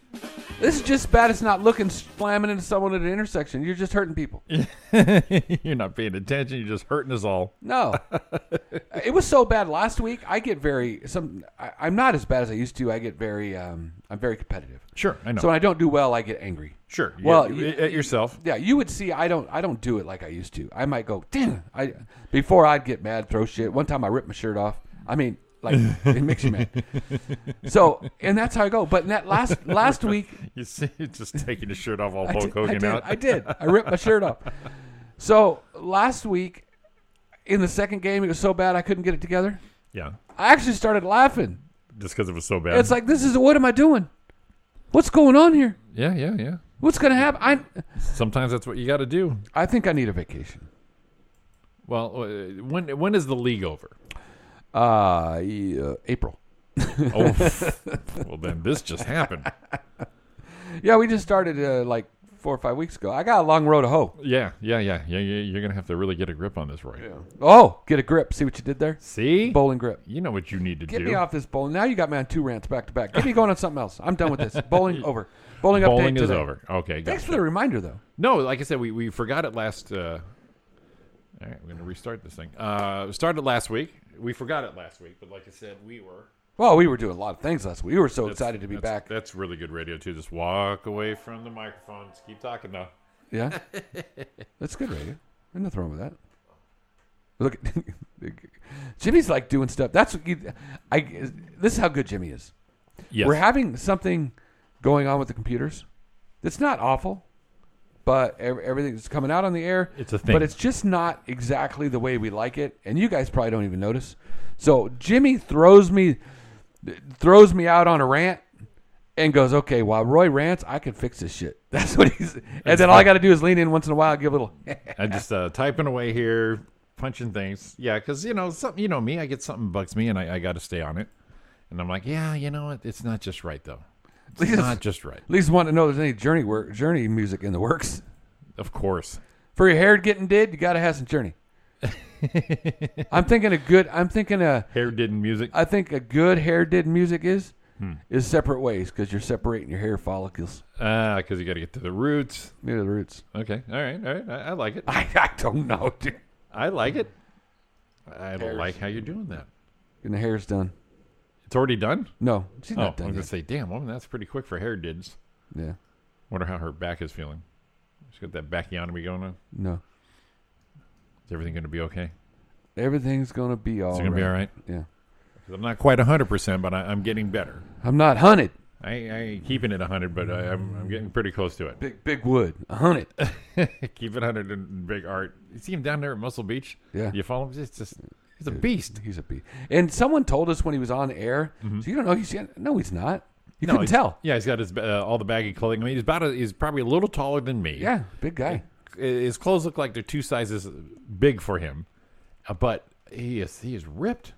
This is just bad. It's not looking slamming into someone at an intersection. You're just hurting people.
You're not paying attention. You're just hurting us all.
No, it was so bad last week. I get very some. I, I'm not as bad as I used to. I get very. Um, I'm very competitive.
Sure, I know.
So when I don't do well, I get angry.
sure. You-
Well,
you-
you-
at yourself.
yeah, you would see I don't I don't do it like I used to. I might go, damn I before I'd get mad, throw shit. One time I ripped my shirt off. I mean, like it makes you mad. So and that's how I go. But in that last last week
You see, you're just taking his shirt off, all
I
Hulk
did, I
Hogan
did,
out.
I did. I ripped my shirt off. So last week in the second game it was so bad I couldn't get it together.
Yeah,
I actually started laughing.
just because it was so bad.
It's like this is what am I doing? What's going on here?
yeah, yeah, yeah.
What's gonna happen? I
Sometimes that's what you got to do.
I think I need a vacation.
Well, uh, when when is the league over?
Uh, yeah, April.
Oh, well, then this just happened.
Yeah, we just started uh, like four or five weeks ago. I got a long road to hoe.
Yeah, yeah, yeah, yeah. yeah you're gonna have to really get a grip on this, Roy.
Oh, get a grip. See what you did there?
See,
Bowling grip.
you know what you need to
Get
do.
me off this bowling. Now you got me on two rants back to back. Get me going on something else. I'm done with this. Bowling over. Bowling,
Bowling
update
is
today.
over. Okay,
Thanks
gotcha.
for the reminder, though.
No, like I said, we, we forgot it last. Uh, all right, we're gonna restart this thing. Uh, started last week. We forgot it last week, but like I said, we were
Well, we were doing a lot of things last week. We were so excited to be
That's-
back.
That's really good radio too. Just walk away from the microphone. Just keep talking now.
Yeah, that's good radio. There's nothing wrong with that. Look, Jimmy's like doing stuff. That's what you, I. This is how good Jimmy is.
Yes.
We're having something going on with the computers. It's not awful, but ev- everything's coming out on the air.
It's a thing.
But it's just not exactly the way we like it, and you guys probably don't even notice. So Jimmy throws me throws me out on a rant and goes, "Okay, while Roy rants, I can fix this shit." That's what he's. And then all I got to do is lean in once in a while, and give a little.
I'm just uh, typing away here, punching things. Yeah, because you know something. You know me. I get something bugs me, and I, I got to stay on it. And I'm like, yeah, you know what? It's not just right though. It's
Please.
not just right.
At least want to know if there's any journey work, journey music in the works.
Of course.
For your hair getting did, you gotta have some journey. I'm thinking a good. I'm thinking a.
Hair did in music.
I think a good hair did music is
Hmm.
is separate ways because you're separating your hair follicles
Ah, because you got to get to the roots.
near the roots.
Okay. All right. All right. I, I like it.
I, I don't know, dude.
I like it. I like how you're doing that.
And the hair's done.
It's already done.
No, she's
Oh,
not
I'm
done.
gonna
Yet.
say, damn, woman, that's pretty quick for hair dids.
Yeah,
Wonder how her back is feeling. She's got that backiotomy going on.
no.
Is everything gonna be okay?
Everything's gonna be all.
Is it gonna be all right?
Yeah,
'Cause I'm not quite hundred percent, but I, I'm getting better.
I'm not hunted.
I, I ain't keeping it hundred, but I, I'm, I'm getting pretty close to it.
Big big wood, a hunted.
Keep it hundred in big art. You see him down there at Muscle Beach?
Yeah.
You follow him? It's just he's a beast.
he's a bee. And someone told us when he was on air. So you don't know he's no, he's not.
Mm-hmm.
You
No,
couldn't
he's-
tell.
Yeah, he's got his uh, all the baggy clothing. I mean, he's about a, he's probably a little taller than me.
Yeah, big guy.
his clothes look like they're two sizes big for him, uh, but he is he is ripped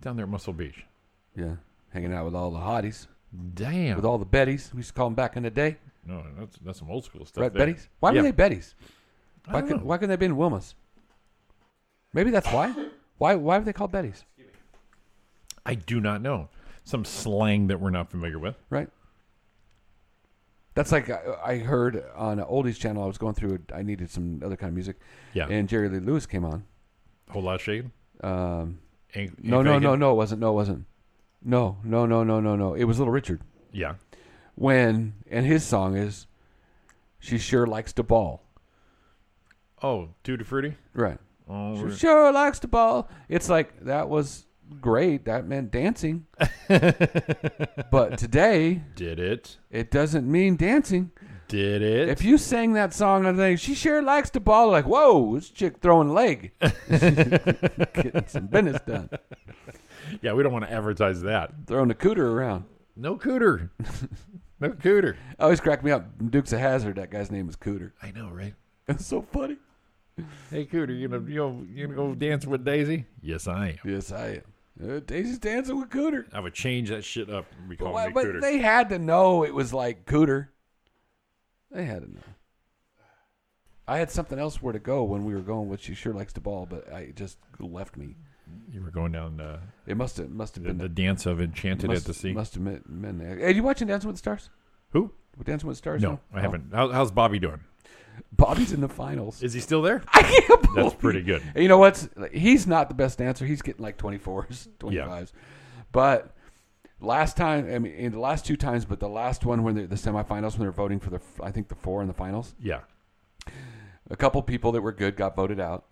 down there at Muscle Beach.
Yeah, hanging out with all the hotties,
Damn.
with all the Bettys. We used to call them back in the day,
no, that's that's some old school stuff.
right?
there.
Bettys. Why
Yeah.
were they Bettys?
I
Why
don't know.
could why couldn't they have been Wilmas? Maybe that's why. Why why were they called Bettys?
I do not know. Some slang that we're not familiar with.
Right. That's like I, I heard on an oldies channel. I was going through. I needed some other kind of music.
Yeah.
And Jerry Lee Lewis came on.
Whole lot of shade.
Um,
Ain't- ain't
no, no,
faking.
no, no. It wasn't. No, it wasn't. No, no, no, no, no, no. It was Little Richard.
Yeah.
When and his song is, "She sure likes to ball."
Oh, Tutti Frutti.
Right.
Oh,
She
we're-
sure likes to ball. It's like that was great. That meant dancing. but today,
did it?
it doesn't mean dancing.
Did it?
If you sang that song and they, she sure likes to ball, like, whoa, this chick throwing leg. Getting some business done.
yeah, we don't want to advertise that.
Throwing the cooter around.
No cooter. no cooter.
Always cracked me up. Dukes of Hazard, that guy's name was Cooter.
I know, right?
It's so funny.
Hey, cooter, you know you know, you gonna go dance with Daisy? Yes, I am.
Yes, I am. Uh, Daisy's dancing with Cooter.
I would change that shit up. and We call
Why-
him Nick
but
Cooter.
they had to know it was like Cooter. They had to know. I had something else where to go when we were going, which she sure likes to ball, but I it just left me.
You were going down uh,
It must have must have
the,
been
the dance of Enchanted
must,
at the Sea.
Must have been. been there. Hey, you watching Dancing with the Stars?
Who?
With Dancing with the Stars?
No,
now?
I haven't. How, how's Bobby doing?
Oh, Bobby's in the finals.
Is he still there?
I can't believe
That's pretty good.
And you know what's? He's not the best dancer. He's getting like twenty fours, twenty
Yeah.
fives. But last time, I mean, in the last two times, but the last one when they're the semifinals when they're voting for the, f- I think the four in the finals,
Yeah.
a couple people that were good got voted out,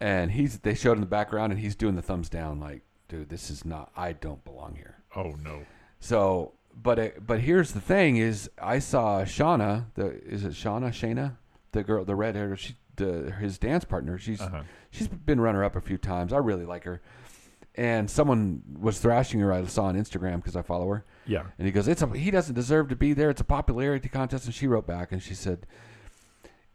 and he's they showed in the background and he's doing the thumbs down like, dude, this is not. I don't belong here.
Oh no.
So, but it, but here's the thing: is I saw Shauna, the is it Shauna Shayna, the girl, the red hair, she, the his dance partner. She's
Uh-huh.
she's been runner up a few times. I really like her. And someone was thrashing her. I saw on Instagram because I follow her.
Yeah.
And he goes, "It's a he doesn't deserve to be there. It's a popularity contest." And she wrote back and she said,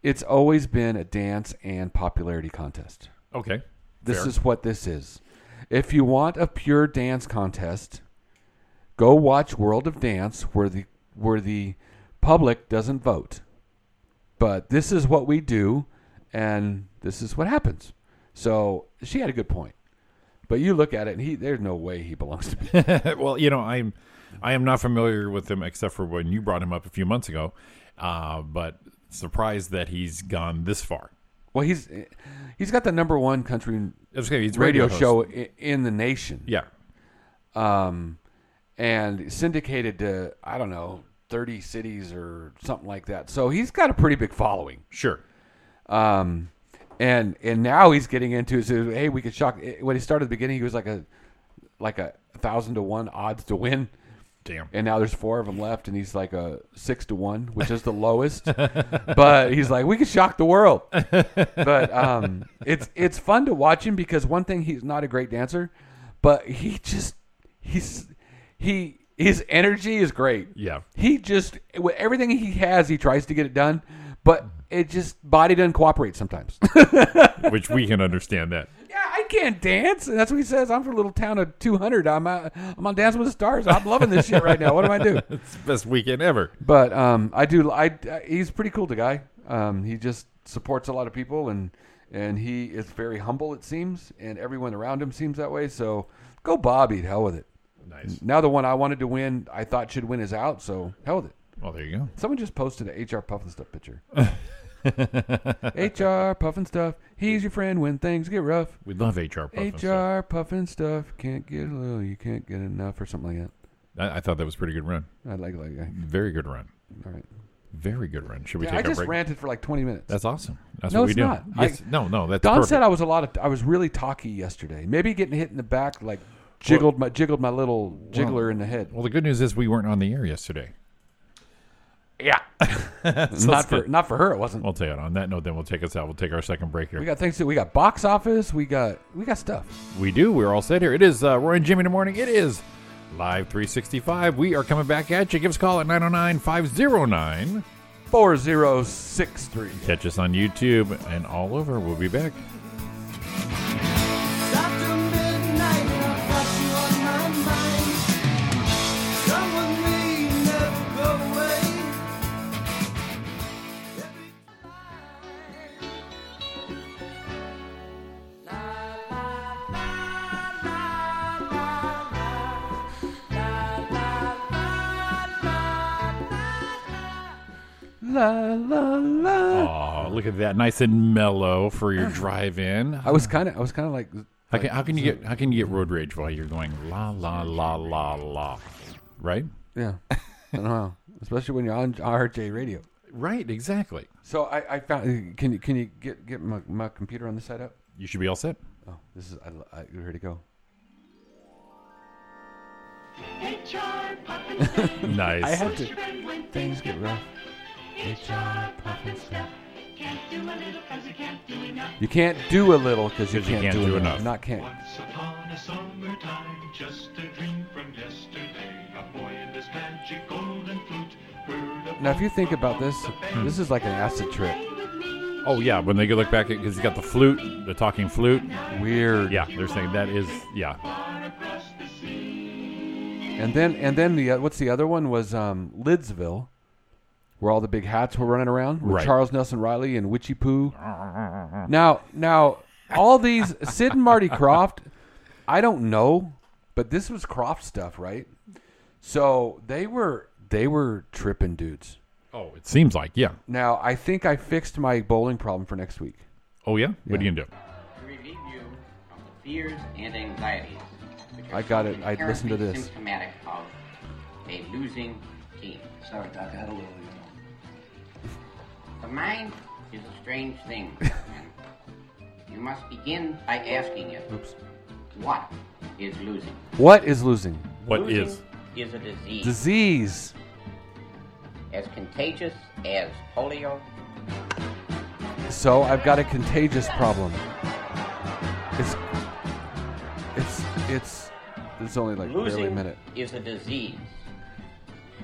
"It's always been a dance and popularity contest."
Okay.
This
Fair.
is what this is. If you want a pure dance contest, go watch World of Dance where the where the public doesn't vote. But this is what we do and this is what happens. So she had a good point. But you look at it and he there's no way he belongs to me.
well, you know, I'm I am not familiar with him except for when you brought him up a few months ago. Uh, but surprised that he's gone this far.
well he's he's got the number one country
It's okay. He's a
radio,
host.
show in, in the nation.
Yeah.
um, and syndicated to I don't know thirty cities or something like that. So he's got a pretty big following.
Sure.
Um, and and now he's getting into so, hey we could eh, shock. When he started at the beginning, he was like a like a thousand to one odds to win.
Damn.
and now there's four of them left, and he's like a six to one, which is the lowest. but he's like, we could shock the world. But um, it's it's fun to watch him because one thing he's not a great dancer, but he just he's he his energy is great.
Yeah.
he just with everything he has, he tries to get it done, but it just body doesn't cooperate sometimes.
Which we can understand that.
Yeah, I can't dance. And that's what he says. I'm from a little town of 200. I'm uh, I'm on Dance with the Stars. I'm loving this shit right now. What do I do?
It's the best weekend ever.
But um, I do. I uh, he's pretty cool. The guy. Um, he just supports a lot of people, and and he is very humble. It seems, and everyone around him seems that way. So go, Bobby. To hell with it.
Nice.
Now the one I wanted to win, I thought should win, is out. So hell with it.
Well, there you go.
Someone just posted an HR Puffin Stuff picture. HR Puffin Stuff. He's your friend when things get rough.
We love HR. Puff and stuff.
HR puffin stuff can't get a little, you can't get enough, or something like that.
I, I thought that was a pretty good run.
I like like that.
Very good run.
All right.
Very good run. Should we
Yeah,
take
I
a
just
break?
ranted for like twenty minutes.
That's awesome. That's
No,
what we
it's
do.
not.
Yes,
I-
no, no. That's
Don
perfect.
said I was a lot of, I was really talky yesterday. Maybe getting hit in the back like jiggled my jiggled my little jiggler in the head.
Well, the good news is we weren't on the air yesterday.
Yeah. not for not for her. It wasn't.
I'll tell you what, on that note, then we'll take us out. We'll take our second break here.
we got things to. We got box office. We got we got stuff.
We do. We're all set here. It is uh, Roy and Jimmy in the morning. It is Live 365. We are coming back at you. Give us a call at 909 509.
Four zero six three.
Catch us on YouTube and all over. We'll be back.
After midnight, I've got you on my mind. Come with me, never go away.
La la la.
Oh, look at that. Nice and mellow for your drive in.
I was kind of I was kind of like
How can, how can you get how can you get road rage while you're going la la la la la? Right?
yeah. I don't know. Especially when you're on RJ radio.
Right, exactly.
So I, I found. Can you can you get get my, my computer on this side up?
You should be all set.
Oh, this is. I, lo- I here to go.
Nice.
I have to. Things get rough. HR puffin stuff. You can't do a little because you, can't do, enough. Not can't.
Once upon a summertime, just a dream from yesterday, a boy and his magic golden flute heard a
Now, if you think about this, this is like an acid trip.
oh yeah, when they go look back at because he's got the flute, the talking flute.
Weird.
Yeah, they're saying that is yeah.
And then and then the uh, what's the other one was um, Lidsville, where all the big hats were running around with
Right.
Charles Nelson Riley and Witchy Poo. now now all these Sid and Marty Croft, I don't know, but this was Croft stuff, right? So they were they were tripping dudes.
Oh, it seems like yeah.
Now I think I fixed my bowling problem for next week.
Oh yeah. What are
Yeah.
you gonna do?
relieve you from the fears and anxieties. Which are
I got it. I listened to
inherently
this.
Symptomatic of a losing team. Sorry, Doc. I had a little. The mind is a strange thing. and you must begin by asking it.
Oops.
What is losing?
What is losing?
What
losing
is?
is a disease
Disease.
as contagious as polio.
So I've got a contagious problem. It's it's it's it's only like barely a
Losing
minute.
is a disease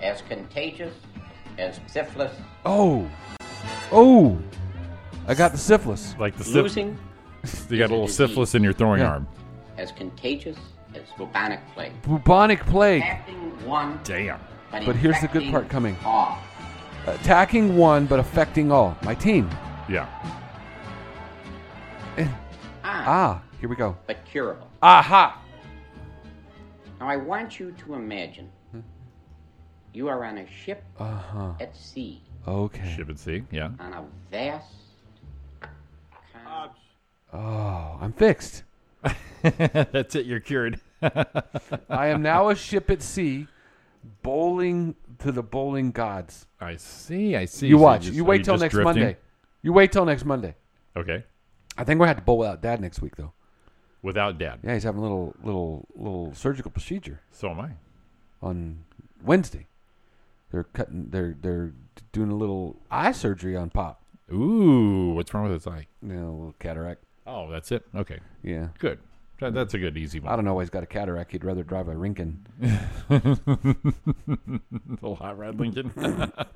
as contagious as syphilis.
Oh. Oh. I got the syphilis.
Like the syph-
Losing
you got a little syphilis in your throwing
Yeah.
arm.
as contagious as bubonic plague.
Bubonic plague.
Affecting one,
Damn.
but,
But here's the good
infecting
part coming.
all.
Attacking one but affecting all. My team.
Yeah.
Ah,
Ah, here we go.
but curable.
Aha.
Now I want you to imagine
Hmm.
you are on a ship
Uh-huh.
at sea
Okay.
Ship and see. Yeah.
on a vast. con-
Oh, I'm fixed.
That's it. You're cured.
I am now a ship at sea bowling to the bowling gods.
I see. I see.
You
So
watch.
just-
You
are
wait till
just
next
drifting?
Monday. You wait till next Monday.
Okay.
I think we're gonna have to bowl without dad next week though.
Without dad.
Yeah, he's having a little little little surgical procedure
So am I.
on Wednesday. They're cutting. They're they're doing a little eye surgery on Pop.
Ooh, what's wrong with his eye?
You know, a little cataract.
Oh, that's it. Okay.
Yeah.
Good. That- that's a good easy one.
I don't know why he's got a cataract. He'd rather drive a Rinkin.
the hot rod Lincoln.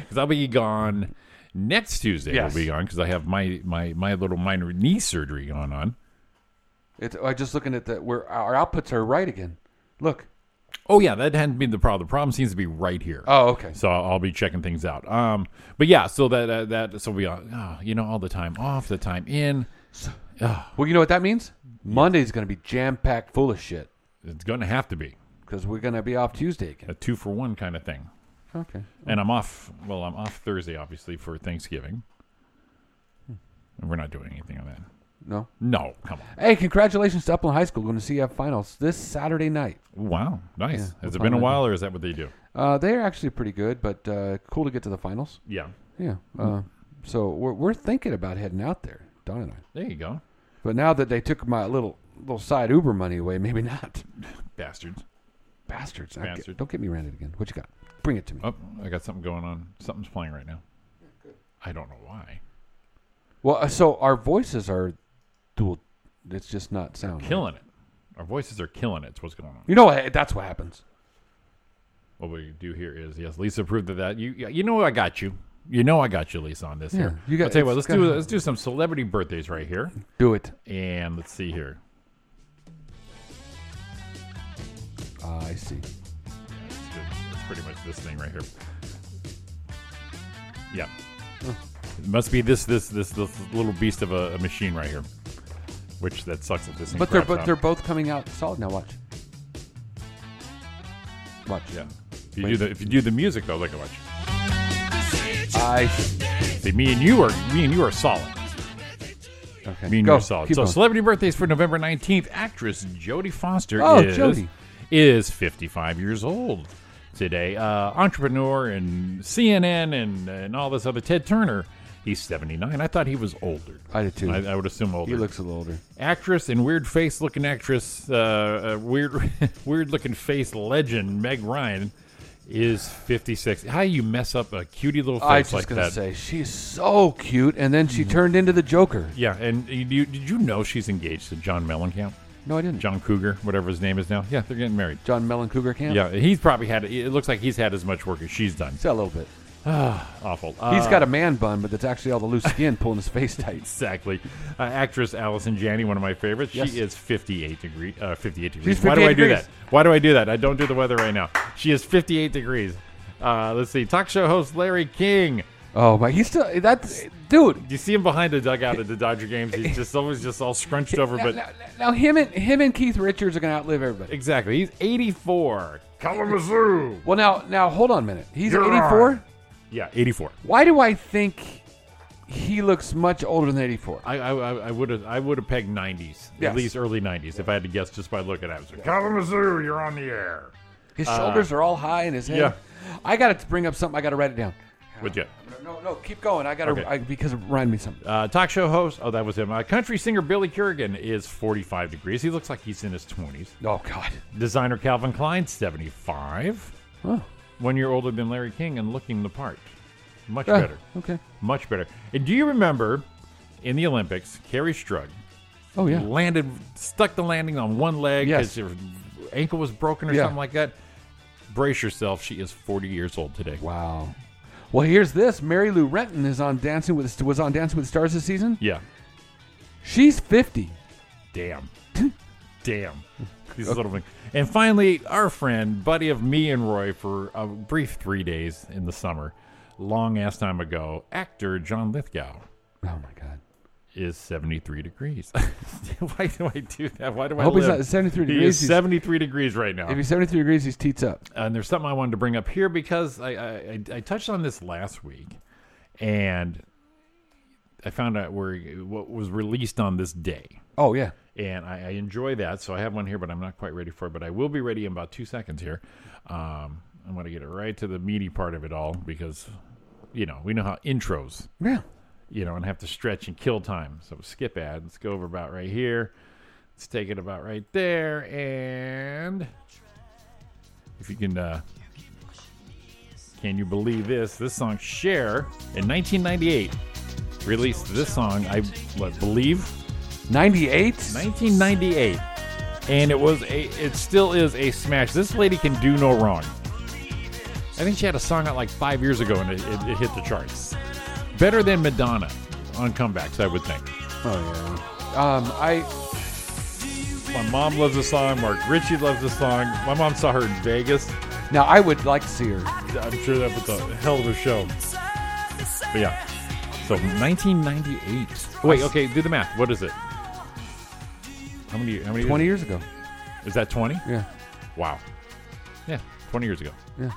Because I'll be gone next Tuesday.
Yes.
I'll be gone because I have my, my, my little minor knee surgery going on.
It's I just looking at the where our outputs are right again. Look.
Oh yeah, that hadn't been the problem. The problem seems to be right here.
Oh okay.
So I'll I'll be checking things out. Um, but yeah, so that uh, that so we uh, oh, you know all the time off, the time in.
Well, you know what that means? Monday's going to be jam packed full of shit
It's going to have to be
because we're going to be off Tuesday again.
a two for one kind of thing.
Okay.
And I'm off. Well, I'm off Thursday, obviously, for Thanksgiving. And we're not doing anything on that.
No.
No, come on.
Hey, congratulations to Upland High School going to CF finals this Saturday night.
Wow, nice.
we'll
Has it been a
find
while, or is that what they do?
Uh, they're actually pretty good, but uh, cool to get to the finals.
Yeah.
Yeah. Uh, so we're, we're thinking about heading out there, Don and I.
There you go,
But now that they took my little little side Uber money away, maybe not.
bastards.
Bastards. I get-
Bastard.
don't get me ranted again. What you got? Bring it to me.
Oh, I got something going on. Something's playing right now. I don't know why.
Well, uh, so our voices are dual. It's just not sound. right?
Killing it. Our voices are killing it. It's what's going on.
You know what? That's what happens.
What we do here is yes, Lisa proved that, that you you know I got you. You know I got you, Lisa, on this
Yeah,
here.
you got-
I'll tell you what,
it's
let's do
got-
let's do some celebrity birthdays right here.
Do it.
And let's see here.
Ah, I see.
It's it's pretty much this thing right here. Yeah. It must be this this this this little beast of a, a machine right here. Which that sucks at this thing
But they're
craps
but
out.
they're both coming out solid now. Watch. Watch.
Yeah. If you do the if you do the music though, like a watch.
I see.
See, me and you are me and you are solid.
Okay.
Me and
Go.
you are solid.
Keep
so
going.
celebrity birthdays for November nineteenth. Actress Jodie Foster
Oh,
is
Jodie.
is fifty five years old today. Uh, entrepreneur and CNN and and all this other Ted Turner. He's seventy nine. I thought he was older.
I did too.
I, I would assume older.
he looks a little older.
actress and weird face looking actress, uh, uh, weird weird looking face legend Meg Ryan is fifty six. How you mess up a cutie little face
I was just
like
gonna
that? Mm.
say she's so cute, and then she turned into the Joker.
Yeah, and you, you- did you know she's engaged to John Mellencamp?
No, I didn't. John,
John Cougar, whatever his name is now. Yeah, they're getting married.
John Mellencougar camp.
Yeah, he's probably had. It looks like he's had as much work as she's done.
It's a little bit.
Awful.
He's got a man bun, but that's actually all the loose skin pulling his face tight.
exactly. Uh, actress Allison Janney, one of my favorites.
Yes.
She is 58 degree. Uh, 58 degrees.
She's
Why do
58
I do
degrees.
that? Why do I do that? I don't do the weather right now. She is 58 degrees. Uh, let's see. Talk show host Larry King.
Oh my, he's still that's dude.
Do you see him behind the dugout at the Dodger games? He's just always just all scrunched over.
Now,
But
now, now him and him and Keith Richards are gonna outlive everybody.
exactly, he's 84. Kalamazoo.
Well, now now hold on a minute. He's
You're
eighty four.
Yeah, 84.
Why do I think he looks much older than eighty four?
I I would have I would have pegged 90s,
Yes.
at least early 90s, if I had to guess just by looking at it. So, Kalamazoo, you're on the air.
His shoulders are all high and his head.
Uh, yeah.
I got to bring up something. I got to write it down.
What'd you?
No, no, keep going. I got to
Okay.
I because remind me something.
Uh, talk show host. Oh, that was him. Uh, country singer Billy Kerrigan is 45 degrees. He looks like he's in his 20s.
Oh God.
Designer Calvin Klein, 75.
Oh,
One year older than Larry King and looking the part. Much
ah,
better.
Okay.
Much better. And do you remember in the Olympics, Carrie Strug
Oh yeah.
landed, stuck the landing on one leg
Yes.
because her ankle was broken or
Yeah.
something like that? Brace yourself. She is 40 years old today.
Wow. Well, here's this. Mary Lou Renton is on Dancing with was on Dancing with the Stars this season.
Yeah.
She's 50.
Damn. Damn. These little things. And finally, our friend, buddy of me and Roy for a brief three days in the summer, long ass time ago, actor John Lithgow
Oh my God.
is 73 degrees. Why do I do that? Why do I,
I hope he's
live?
not 73
He
degrees.
is
He's-
73 degrees right now.
If he's 73 degrees, he's teats up.
and there's something I wanted to bring up here because I, I, I, I touched on this last week, and I found out where what was released on this day
Oh yeah.
and I, I enjoy that. So I have one here, but I'm not quite ready for it. But I will be ready in about two seconds here. Um, I'm going to get it right to the meaty part of it all because, you know, we know how intros,
Yeah.
you know, and have to stretch and kill time. So skip ad. Let's go over about right here. Let's take it about right there. And if you can uh, Can You Believe This? This song, Share, in 1998, released this song, I what, believe?
98?
1998. And it was a, it still is a smash. This lady can do no wrong. I think she had a song out like five years ago and it, it, it hit the charts. Better than Madonna on comebacks, I would think.
Oh, yeah. Um, I.
My mom loves the song. Mark Ritchie loves the song. My mom saw her in Vegas.
Now, I would like to see her.
I'm sure that was a hell of a show. But yeah. So 1998. Wait, okay, do the math. What is it? How many? How many?
20 years ago.
Is that 20?
Yeah.
Wow. Yeah, 20 years ago.
Yeah.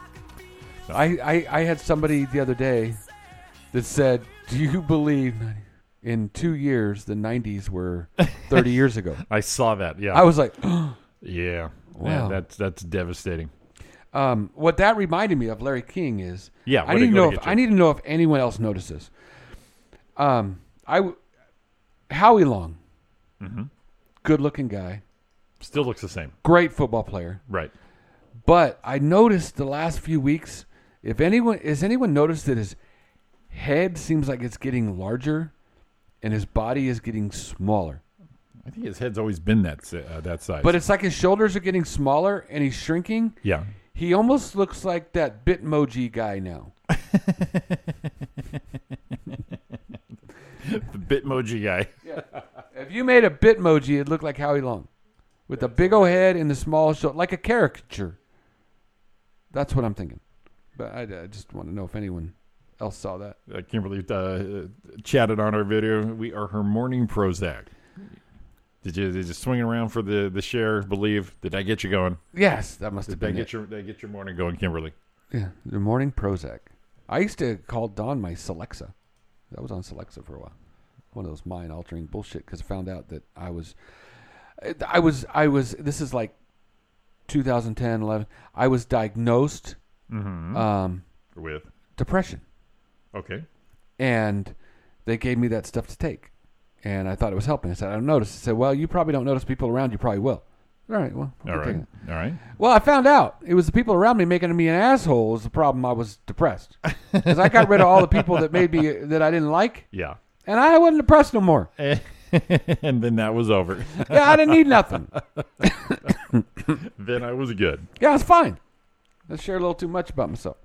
I, I, I had somebody the other day that said, Do you believe in two years the 90s were 30 years ago?
I saw that. Yeah.
I was like,
yeah.
Wow.
Yeah, that's that's devastating.
um, What that reminded me of, Larry King, is
Yeah,
I
way
need,
to
to
go to
know if,
get you.
I need to know if anyone else notices. Um, I, w- Howie Long,
Mhm.
good looking guy,
Still looks the same.
great football player.
Right.
But I noticed the last few weeks, if anyone has anyone noticed that his head seems like it's getting larger and his body is getting smaller.
I think his head's always been that si- uh, that size.
But it's like his shoulders are getting smaller and he's shrinking.
yeah.
He almost looks like that Bitmoji guy now.
The Bitmoji guy.
If you made a Bitmoji, it'd look like Howie Long. With the big old head and the small shoulder, like a caricature. That's what I'm thinking. But I, I just want to know if anyone else saw that.
Uh, Kimberly uh, chatted on our video. We are her morning Prozac. Did you, did you swing around for the, the share? Believe? Did I get you going?
Yes, that must have
Did I
been it.
get your did I get your morning going, Kimberly?
Yeah, the morning Prozac. I used to call Dawn my Celexa. That was on Celexa for a while. One of those mind-altering bullshit because I found out that I was, I was, I was. This is like 2010, 11. I was diagnosed
Mm-hmm.
um,
With
depression,
okay,
and they gave me that stuff to take, and I thought it was helping. I said I don't notice. They said, well, you probably don't notice people around you. Probably will. All right. Well, I'll
all right,
take it.
all right.
Well, I found out it was the people around me making me an asshole was the problem. I was depressed because I got rid of all the people that made me that I didn't like,
Yeah,
and I wasn't depressed no more.
and then that was over.
Yeah, I didn't need nothing.
then I was good.
Yeah, it's fine. I share a little too much about myself.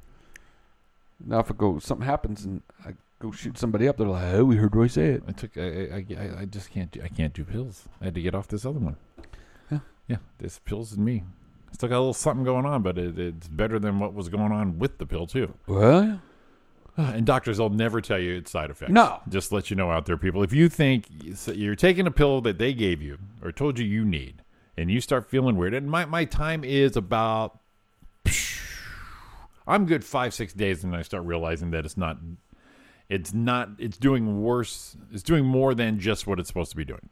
Now, if I go, something happens and I go shoot somebody up, they're like, "Oh, we heard Roy say it."
I took. I. I. I, I just can't. Do, I can't do pills. I had to get off this other one.
Yeah.
Yeah. This pills and me. Still got a little something going on, but it, it's better than what was going on with the pill too.
Well,
And doctors will never tell you it's side effects.
No.
Just let you know out there, people. If you think so you're taking a pill that they gave you or told you you need, and you start feeling weird, and my, my time is about, I'm good five, six days, and I start realizing that it's not, it's not, it's doing worse, it's doing more than just what it's supposed to be doing.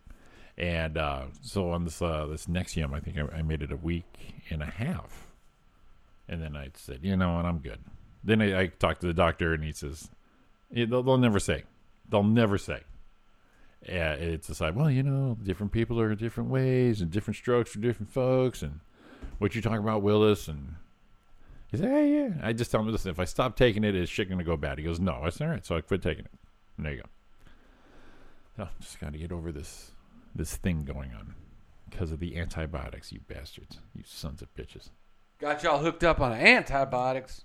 And uh, so on this uh, this next yum, I think I, I made it a week and a half. And then I said, you know what, I'm good. Then I, I talked to the doctor, and he says, yeah, they'll, they'll never say. They'll never say. Uh, it's just like, well, you know, different people are different ways, and different strokes for different folks, and what you talking about, Willis, and he said, hey, yeah. I just tell him, listen, if I stop taking it, is shit gonna go bad? He goes, no. I said, all right, so I quit taking it. And there you go. Oh, just got to get over this this thing going on because of the antibiotics, you bastards, you sons of bitches.
got y'all hooked up on antibiotics.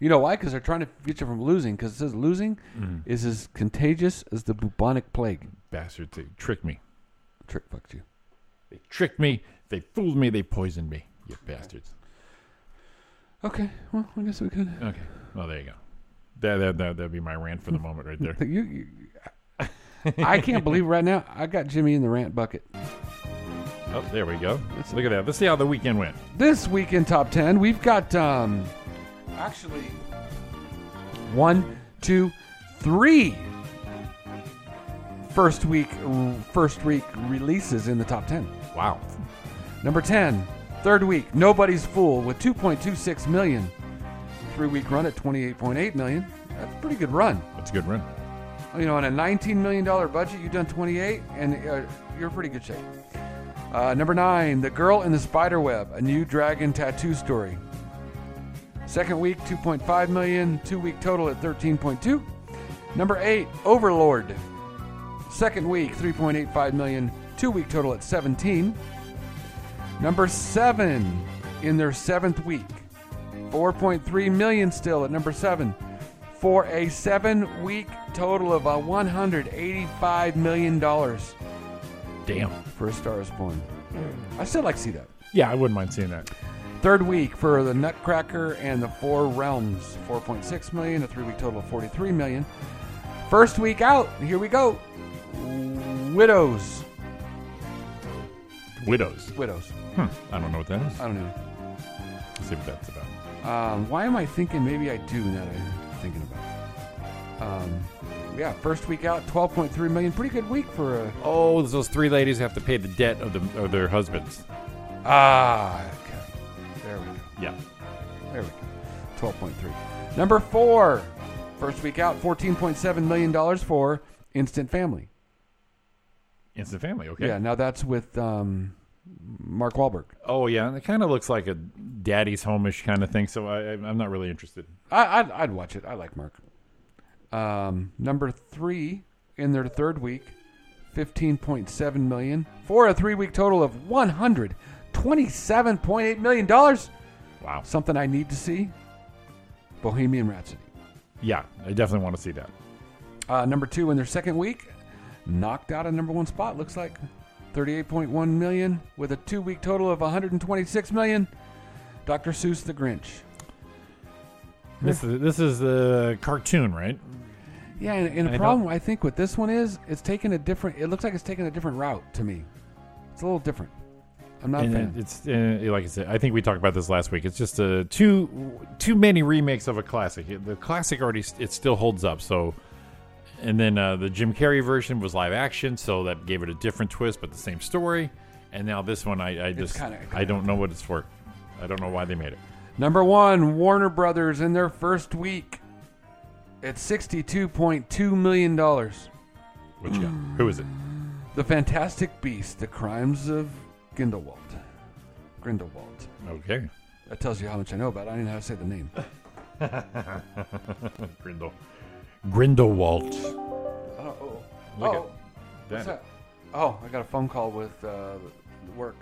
You know why? Because they're trying to get you from losing. Because it says losing is as contagious as the bubonic plague.
Bastards, they tricked me.
Trick fucked you.
They tricked me. They fooled me. They poisoned me. You bastards.
Okay, well, I guess we could.
Okay. Well, there you go. That that that that'd be my rant for the moment right there.
Th- You, you, I can't believe right now I got Jimmy in the rant bucket.
Oh, there we go. Let's look at that. Let's see how the weekend went.
This week in top ten, we've got um, actually one, two, three first week first week releases in the top ten.
Wow.
Number 10, third week, Nobody's Fool with 2.26 million. Three week run at 28.8 million. That's a pretty good run.
That's a good run.
You know, on a $19 million budget, you've done 28, and uh, you're in pretty good shape. Uh, number nine, The Girl in the Spider Web, a new dragon tattoo story. Second week, 2.5 million. Two week total at 13.2. Number eight, Overlord. Second week, 3.85 million. Two week total at 17. Number seven, in their seventh week, 4.3 million still at number seven, for a seven week total of uh, 185 million dollars.
Damn.
For a Star Is Born. I still like to see that.
Yeah, I wouldn't mind seeing that.
Third week for the Nutcracker and the Four Realms, 4.6 million, a three week total of 43 million. First week out, here we go. Widows.
Widows.
Widows.
Hmm. I don't know what that is.
I don't know.
Let's see what that's about.
Um, why am I thinking maybe I do now that I'm thinking about it? Um, yeah, first week out, 12.3 million. Pretty good week for a.
Oh, those three ladies have to pay the debt of, the, of their husbands.
Ah, okay. There we go.
Yeah.
There we go. 12.3. Number four, first week out, $14.7 million for Instant Family.
Instant Family, okay.
Yeah, now that's with um, Mark Wahlberg.
Oh, yeah. And it kind of looks like a daddy's homish kind of thing, so I, I'm not really interested.
I, I'd, I'd watch it. I like Mark. Um, number three in their third week, 15.7 million for a three week total of $127.8 million.
Wow.
Something I need to see Bohemian Rhapsody.
Yeah, I definitely want to see that.
Uh, number two in their second week, knocked out a number one spot, looks like 38.1 million with a two week total of 126 million. Dr. Seuss the Grinch.
This is this is the cartoon, right?
Yeah, and, and
I
the problem I think with this one is it's taking a different. It looks like it's taking a different route to me. It's a little different. I'm not a
And
fan.
it- it's uh, like I said, I think we talked about this last week. It's just uh, too too many remakes of a classic. It- The classic already s- it still holds up. So, and then uh, the Jim Carrey version was live action, so that gave it a different twist, but the same story. And now this one, I, I just
kinda-
I don't know what it's for. I don't know why they made it.
Number one, Warner Brothers in their first week at $62.2 million. The
What you got?
Mm.
Who is it?
Fantastic Beast, The Crimes of Grindelwald. Grindelwald.
Okay,
That tells you how much I know about it. I don't know how to say the name. Uh,
Grindel Grindelwald.
Oh, oh,
Look
oh.
That-
What's that? Oh, I got a phone call with uh, the work.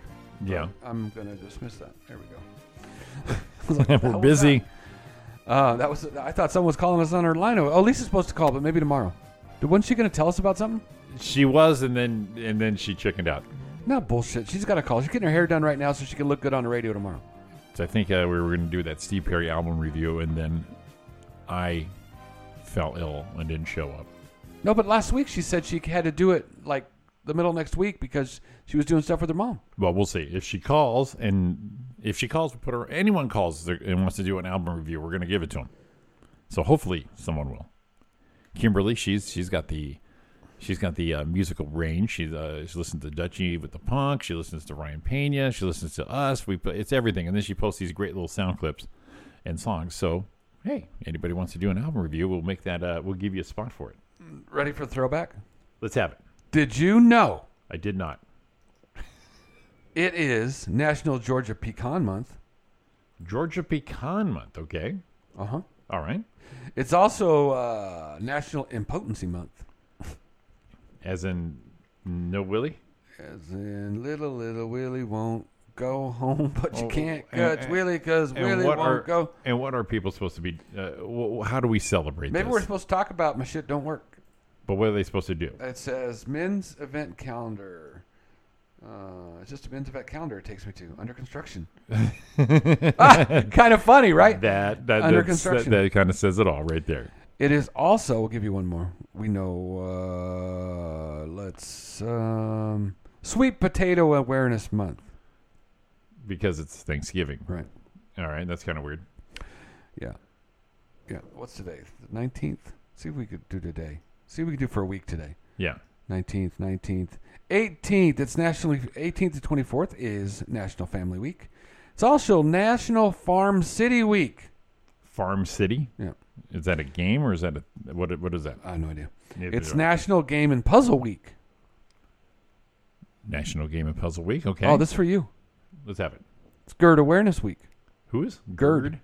Yeah,
I'm going to dismiss that. There we go.
we're busy.
Uh, that was. I thought someone was calling us on our line. Oh, Lisa's supposed to call, but maybe tomorrow. Wasn't she going to tell us about something?
She was, and then and then she chickened out.
Not bullshit. She's got a call. She's getting her hair done right now so she can look good on the radio tomorrow.
So I think uh, we were going to do that Steve Perry album review, and then I fell ill and didn't show up.
No, but last week she said she had to do it like the middle of next week because she was doing stuff with her mom.
Well, we'll see if she calls, and if she calls, we put her. Anyone calls and wants to do an album review, we're going to give it to them. So hopefully, someone will. Kimberly, she's she's got the she's got the uh, musical range. She's uh, she listens to Dutchie with the punk. She listens to Ryan Pena. She listens to us. We play, it's everything, and then she posts these great little sound clips and songs. So hey, anybody wants to do an album review, we'll make that. Uh, we'll give you a spot for it.
Ready for throwback?
Let's have it.
Did you know
I did not.
it is National Georgia Pecan Month?
Georgia Pecan Month. Okay.
Uh huh.
All right.
It's also uh, National Impotency Month.
As in, no Willie.
As in, little, little Willie won't go home, but you
Oh,
can't
and-
catch Willie because
And
Willie
what
won't
are,
go.
And what are people supposed to be? Uh, wh- wh- how do we celebrate
Maybe
this?
we're supposed to talk about my shit don't work.
but what are they supposed to do?
It says men's event calendar. Uh, it's just a men's event calendar. It takes me to under construction. ah, kind of funny, right?
That that
Under
that's-
construction.
That, kind of says it all right there.
It is also. We'll give you one more. We know. Uh, let's um, sweet potato awareness month.
Because it's Thanksgiving.
Right.
All right, that's kind of weird.
Yeah. Yeah. What's today? The nineteenth. See if we could do today. See if we could do for a week today.
Yeah.
Nineteenth, nineteenth, eighteenth. It's nationally eighteenth to twenty fourth is National Family Week. It's also National Farm City Week.
Farm City.
Yeah,
Is that a game or is that a what? What is that?
I have no idea.
Neither
it's
do I.
National Game and Puzzle Week.
National Game and Puzzle Week. Okay.
Oh, this is for Oh, you.
Let's have it.
It's GERD Awareness Week.
Who is
GERD.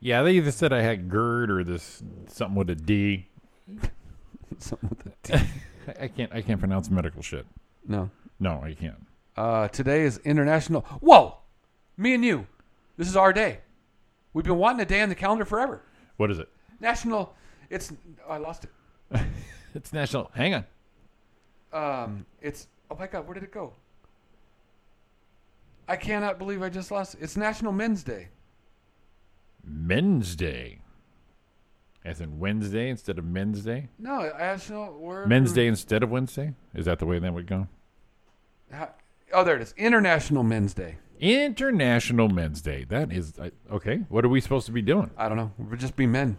Yeah, they either said I had GERD or this something with a D.
something with a D.
I can't. I can't pronounce medical shit.
No.
No, I can't.
Uh, today is International. Whoa! Me and you. This is our day. We've been wanting a day on the calendar forever.
What is it?
National. It's. Oh, I lost it.
It's national. Hang on. Mm.
Um, it's. Oh my God, where did it go? I cannot believe I just lost. It's National Men's Day.
Men's Day. As in Wednesday instead of Men's Day.
No, National Word.
Men's Day instead of Wednesday. Is that the way that would go?
Ha- Oh, there it is. International Men's Day.
International Men's Day. That is I- okay. What are we supposed to be doing?
I don't know. We'll just be men.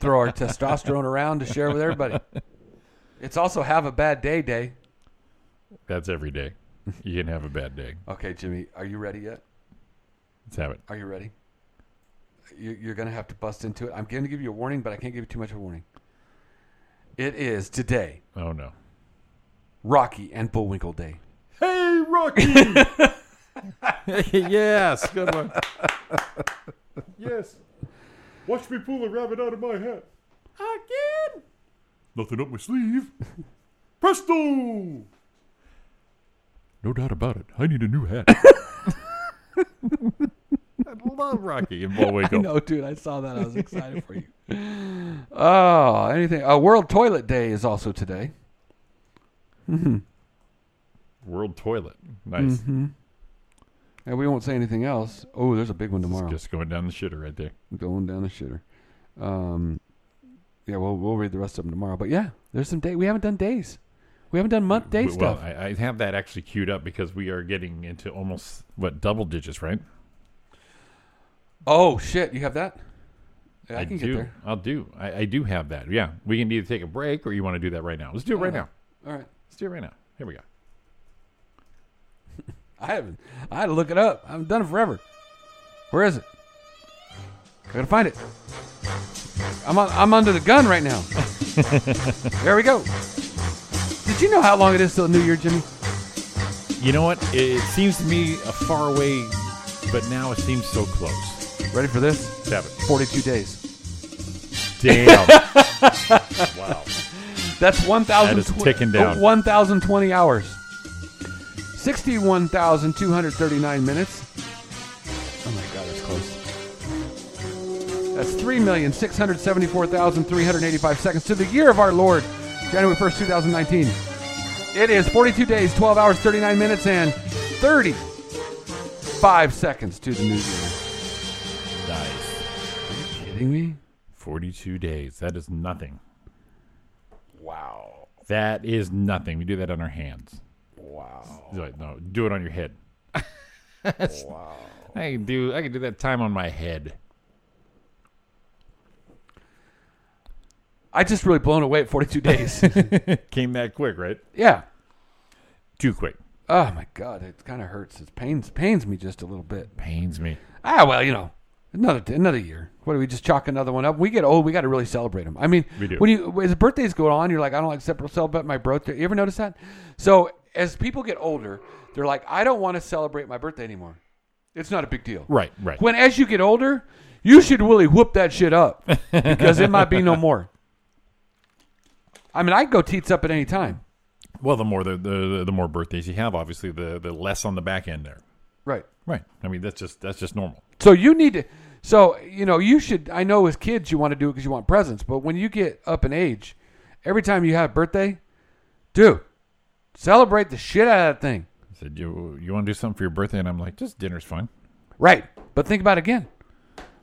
Throw our testosterone around to share with everybody. It's also Have a Bad Day Day.
That's every day. You can have a bad day.
Okay, Jimmy, are you ready yet?
Let's have it.
Are you ready? You- You're going to have to bust into it. I'm going to give you a warning, but I can't give you too much of a warning. It is today,
Oh no.
Rocky and Bullwinkle Day.
Hey, Rocky. yes, good one. yes. Watch me pull a rabbit out of my hat. Again. Nothing up my sleeve. Presto. No doubt about it. I need a new hat. I love Rocky and Bullwinkle.
No, dude, I saw that. I was excited for you. Oh, anything. Uh, World Toilet Day is also today.
World Toilet. Nice.
And we won't say anything else. Oh, there's a big one tomorrow.
Just going down the shitter right there.
going down the shitter. Um, yeah, we'll we'll read the rest of them tomorrow. But yeah, there's some day we haven't done days, we haven't done month day
W-
stuff.
Well, I, I have that actually queued up because we are getting into almost what double digits, right?
oh shit, you have that? Yeah, I, can
do.
get there.
I'll do. I, I do have that. Yeah, we can either take a break or you want to do that right now. Let's do it right
Oh.
now.
All right,
Let's do it right now. Here we go.
I haven't. I had to look it up. I haven't done it forever. Where is it? I gotta find it. I'm on, I'm under the gun right now. there we go. Did you know how long it is till New Year, Jimmy?
You know what? It, it seems to me a far away, but now it seems so close.
Ready for this?
Seven.
42 days.
Damn. wow.
That's 1,000
That is ticking
oh,
down.
1,020 hours. 61,239 minutes. Oh my God, that's close. That's 3,674,385 seconds to the year of our Lord, January 1st, 2019. It is 42 days, 12 hours, 39 minutes, and 35 seconds to the new year.
Nice.
Are you kidding me?
Forty-two days. That is nothing.
Wow.
That is nothing. We do that on our hands.
Wow.
He's like, no, do it on your head. wow. I can do I can do that time on my head.
I just really blown away at 42 days.
Came that quick, right?
yeah.
Too quick.
Oh my god, it kind of hurts. It pains pains me just a little bit.
Pains me.
Ah, well, you know, another another year. What do we just chalk another one up? We get old. We got to really celebrate them. I mean,
We do.
when you as birthdays go on, you're like, I don't like to celebrate my birthday. You ever notice that? So as people get older, they're like, I don't want to celebrate my birthday anymore. It's not a big deal.
Right, right.
When as you get older, you should really whoop that shit up because it might be no more. I mean, I'd go teats up at any time.
Well, the more the, the the more birthdays you have, obviously, the the less on the back end there.
Right.
Right. I mean, that's just that's just normal.
So you need to. So you know you should. I know as kids you want to do it because you want presents, but when you get up in age, every time you have a birthday, dude, celebrate the shit out of that thing.
I said, you you want to do something for your birthday, and I'm like, just dinner's fine.
Right. But think about it again.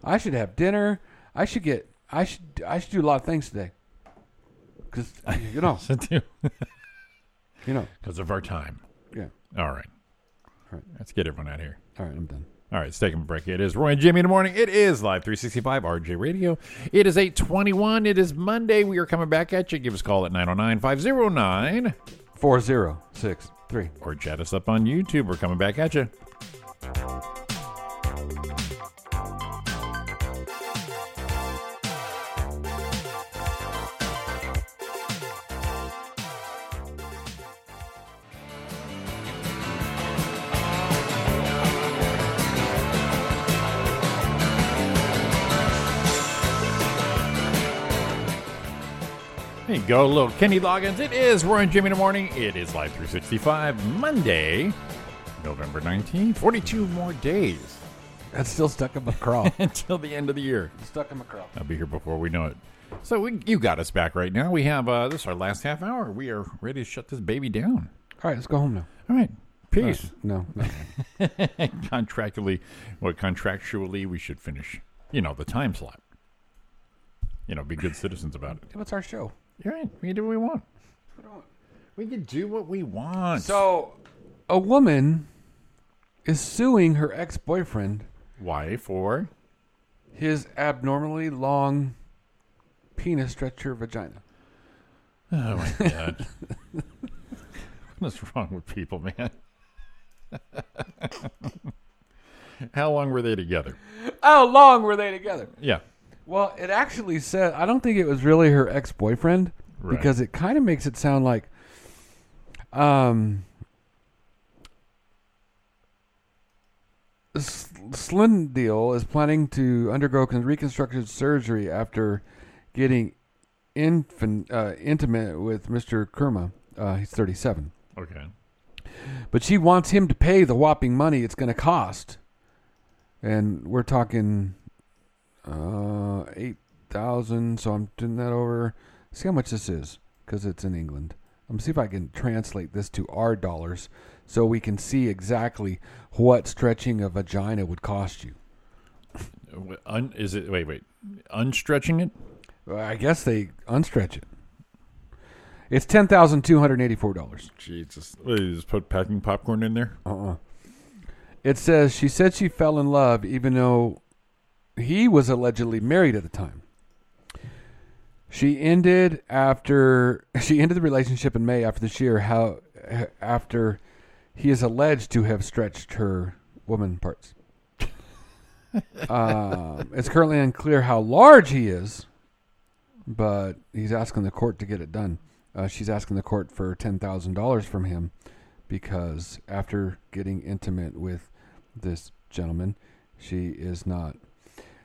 I should have dinner. I should get. I should. I should do a lot of things today. Because you know.
Because
You know.
of our time.
Yeah.
All right. All
right.
right. Let's get everyone out of here.
All right. I'm done.
All right, let's take a break. It is Roy and Jimmy in the morning. It is live 365 RJ Radio. It is 821. It is Monday. We are coming back at you. Give us a call at 909-509
Four zero six three.
or chat us up on YouTube. We're coming back at you. you go, little Kenny Loggins. It is Roy and Jimmy in the morning. It is Live 365, Monday, November 19th. 42 more days.
That's still stuck in my craw.
Until the end of the year.
Stuck in my craw.
I'll be here before we know it. So we, you got us back right now. We have, uh, this is our last half hour. We are ready to shut this baby down.
All right, let's go home now.
All right. Peace.
No, no.
contractually, well, contractually, we should finish. You know, the time slot. You know, be good citizens about it.
What's our show?
You're right. We can do what we want. We can do what we want.
So, a woman is suing her ex boyfriend
why for?
his abnormally long penis stretcher vagina.
Oh my god! what is wrong with people, man? How long were they together?
How long were they together?
Yeah.
Well, it actually said I don't think it was really her ex boyfriend
Right.
because it kind of makes it sound like, um, S- Slindeel is planning to undergo con- reconstructive surgery after getting infin- uh, intimate with Mr. Kerma. Uh, he's thirty-seven,
Okay.
but she wants him to pay the whopping money it's going to cost, and we're talking uh, eight thousand. So I'm doing that over. See how much this is because it's in England. I'm see if I can translate this to our dollars so we can see exactly what stretching a vagina would cost you.
W- Un- is it? Wait, wait. Unstretching it?
Well, I guess they unstretch it. It's ten thousand two hundred eighty-four dollars.
Jesus! What, you just put packing popcorn in there.
Uh-uh. It says she said she fell in love even though he was allegedly married at the time. She ended after she ended the relationship in May after this year how after he is alleged to have stretched her woman parts. um, it's currently unclear how large he is, but he's asking the court to get it done. Uh, she's asking the court for ten thousand dollars from him because after getting intimate with this gentleman, she is not.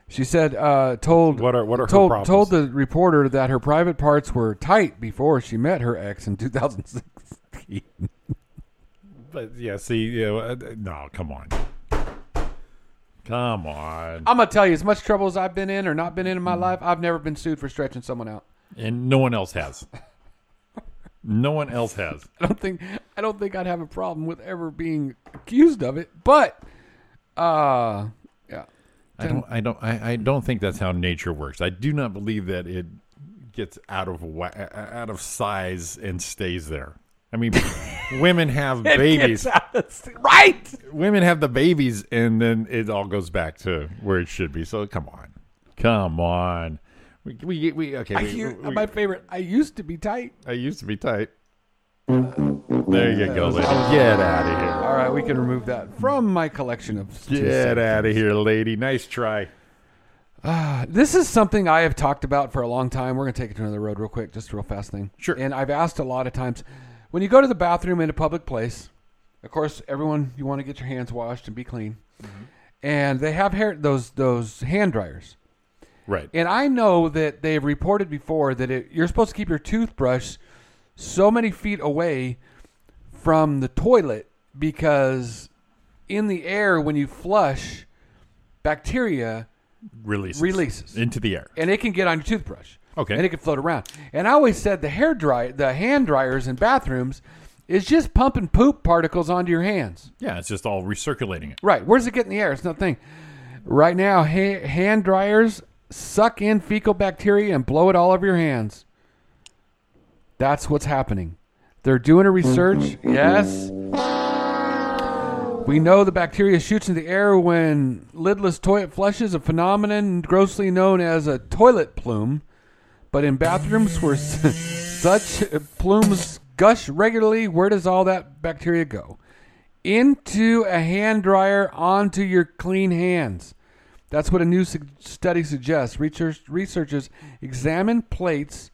She said, uh, told
What are- what are her
told
problems?
told the reporter that her private parts were tight before she met her ex in 2016.
But yeah, see, yeah, well, uh, no, come on, come on,
I'm gonna tell you, as much trouble as I've been in or not been in in my
Hmm.
life, I've never been sued for stretching someone out.
and no one else has. No one else has.
I don't think I don't think I'd have a problem with ever being accused of it. But uh yeah.
I don't. I don't. I, I don't think that's how nature works. I do not believe that it gets out of wa- uh, out of size and stays there. I mean, women have babies.
right.
Women have the babies, and then it all goes back to where it should be. So come on, come on. We we, we okay.
I
we-
u-
we-
my favorite. I used to be tight.
I used to be tight. There you go, lady. Get out of here.
All right, we can remove that from my collection of. two
Get
cents.
out of here, lady. Nice try.
This is something I have talked about for a long time. We're gonna take it to another road real quick, just a real fast thing.
Sure.
And I've asked a lot of times when you go to the bathroom in a public place. Of course, everyone you want to get your hands washed and be clean,
Mm-hmm.
and they have hair those those hand dryers.
Right.
And I know that they've reported before that it, you're supposed to keep your toothbrush so many feet away from the toilet because in the air when you flush, bacteria
Releases.
releases.
Into the air.
and it can get on your toothbrush.
Okay.
And it can float around. And I always said the hair dry, the hand dryers in bathrooms is just pumping poop particles onto your hands.
Yeah, it's just all recirculating it.
Right. Where's it get in the air? It's not a thing. Right now, ha- hand dryers suck in fecal bacteria and blow it all over your hands. That's what's happening. They're doing a research. Yes. We know the bacteria shoots into the air when lidless toilet flushes, a phenomenon grossly known as a toilet plume. But in bathrooms where s- such plumes gush regularly, where does all that bacteria go? into a hand dryer onto your clean hands. That's what a new su- study suggests. Research- researchers examined plates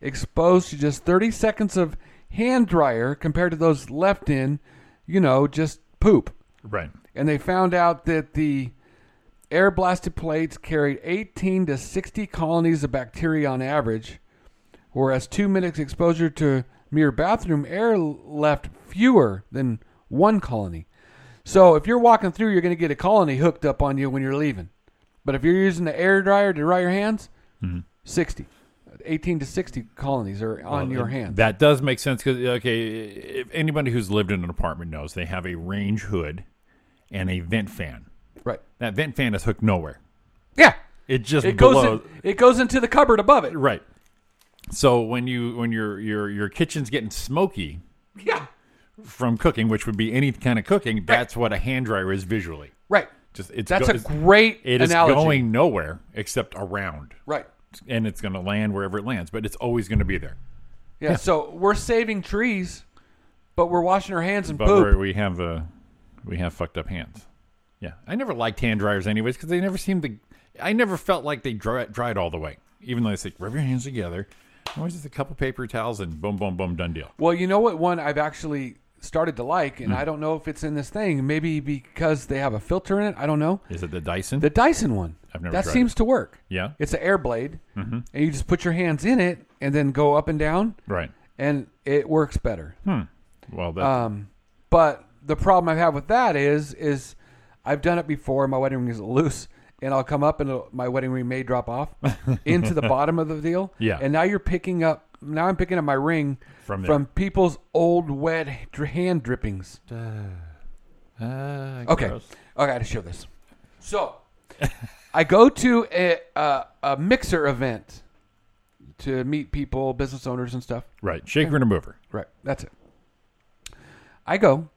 exposed to just 30 seconds of hand dryer compared to those left in, you know, just poop.
Right.
And they found out that the air blasted plates carried 18 to 60 colonies of bacteria on average, whereas two minutes exposure to mere bathroom air left fewer than one colony. So if you're walking through, you're going to get a colony hooked up on you when you're leaving. But if you're using the air dryer to dry your hands,
Mm-hmm.
60, 18 to 60 colonies are on
Well,
your
and
hands.
That does make sense because okay, if anybody who's lived in an apartment knows they have a range hood and a vent fan.
Right.
That vent fan is hooked nowhere.
Yeah.
It just
It goes,
blows.
in, it goes into the cupboard above it.
Right. So when you when your your your kitchen's getting smoky
Yeah.
from cooking, which would be any kind of cooking, that's what a hand dryer is visually.
Right.
Just it's
That's a
it's-
great
It is
analogy.
going nowhere except around,
Right.
and it's going to land wherever it lands, but it's always going to be there.
Yeah, So we're saving trees, but we're washing our hands and
But
poop.
we're, we have uh, we have fucked up hands. Yeah, I never liked hand dryers anyways because they never seemed to. I never felt like they dry, dried all the way, even though they say rub your hands together. Always just a couple paper towels and boom, boom, boom, done deal.
Well, you know what one I've actually started to like,
Hmm.
and I don't know if it's in this thing. Maybe because they have a filter in it. I don't know.
Is it the Dyson?
The Dyson one.
I've never
that
tried
seems
it.
to work.
Yeah. Mm-hmm.
It's an air blade, and you just put your hands in it and then go up and down,
Right.
and it works better.
Hmm. Well, that,
Um, but the problem I have with that is, is I've done it before. My wedding ring is loose, and I'll come up, and it'll- my wedding ring may drop off into the bottom of the deal.
Yeah.
And now you're picking up. Now I'm picking up my ring
From there.
from people's old wet dr- hand drippings.
Ah,
Okay. I got to show this. So I go to a, a, a mixer event to meet people, business owners, and stuff.
Right. Shaker and a mover.
Right. That's it. I go,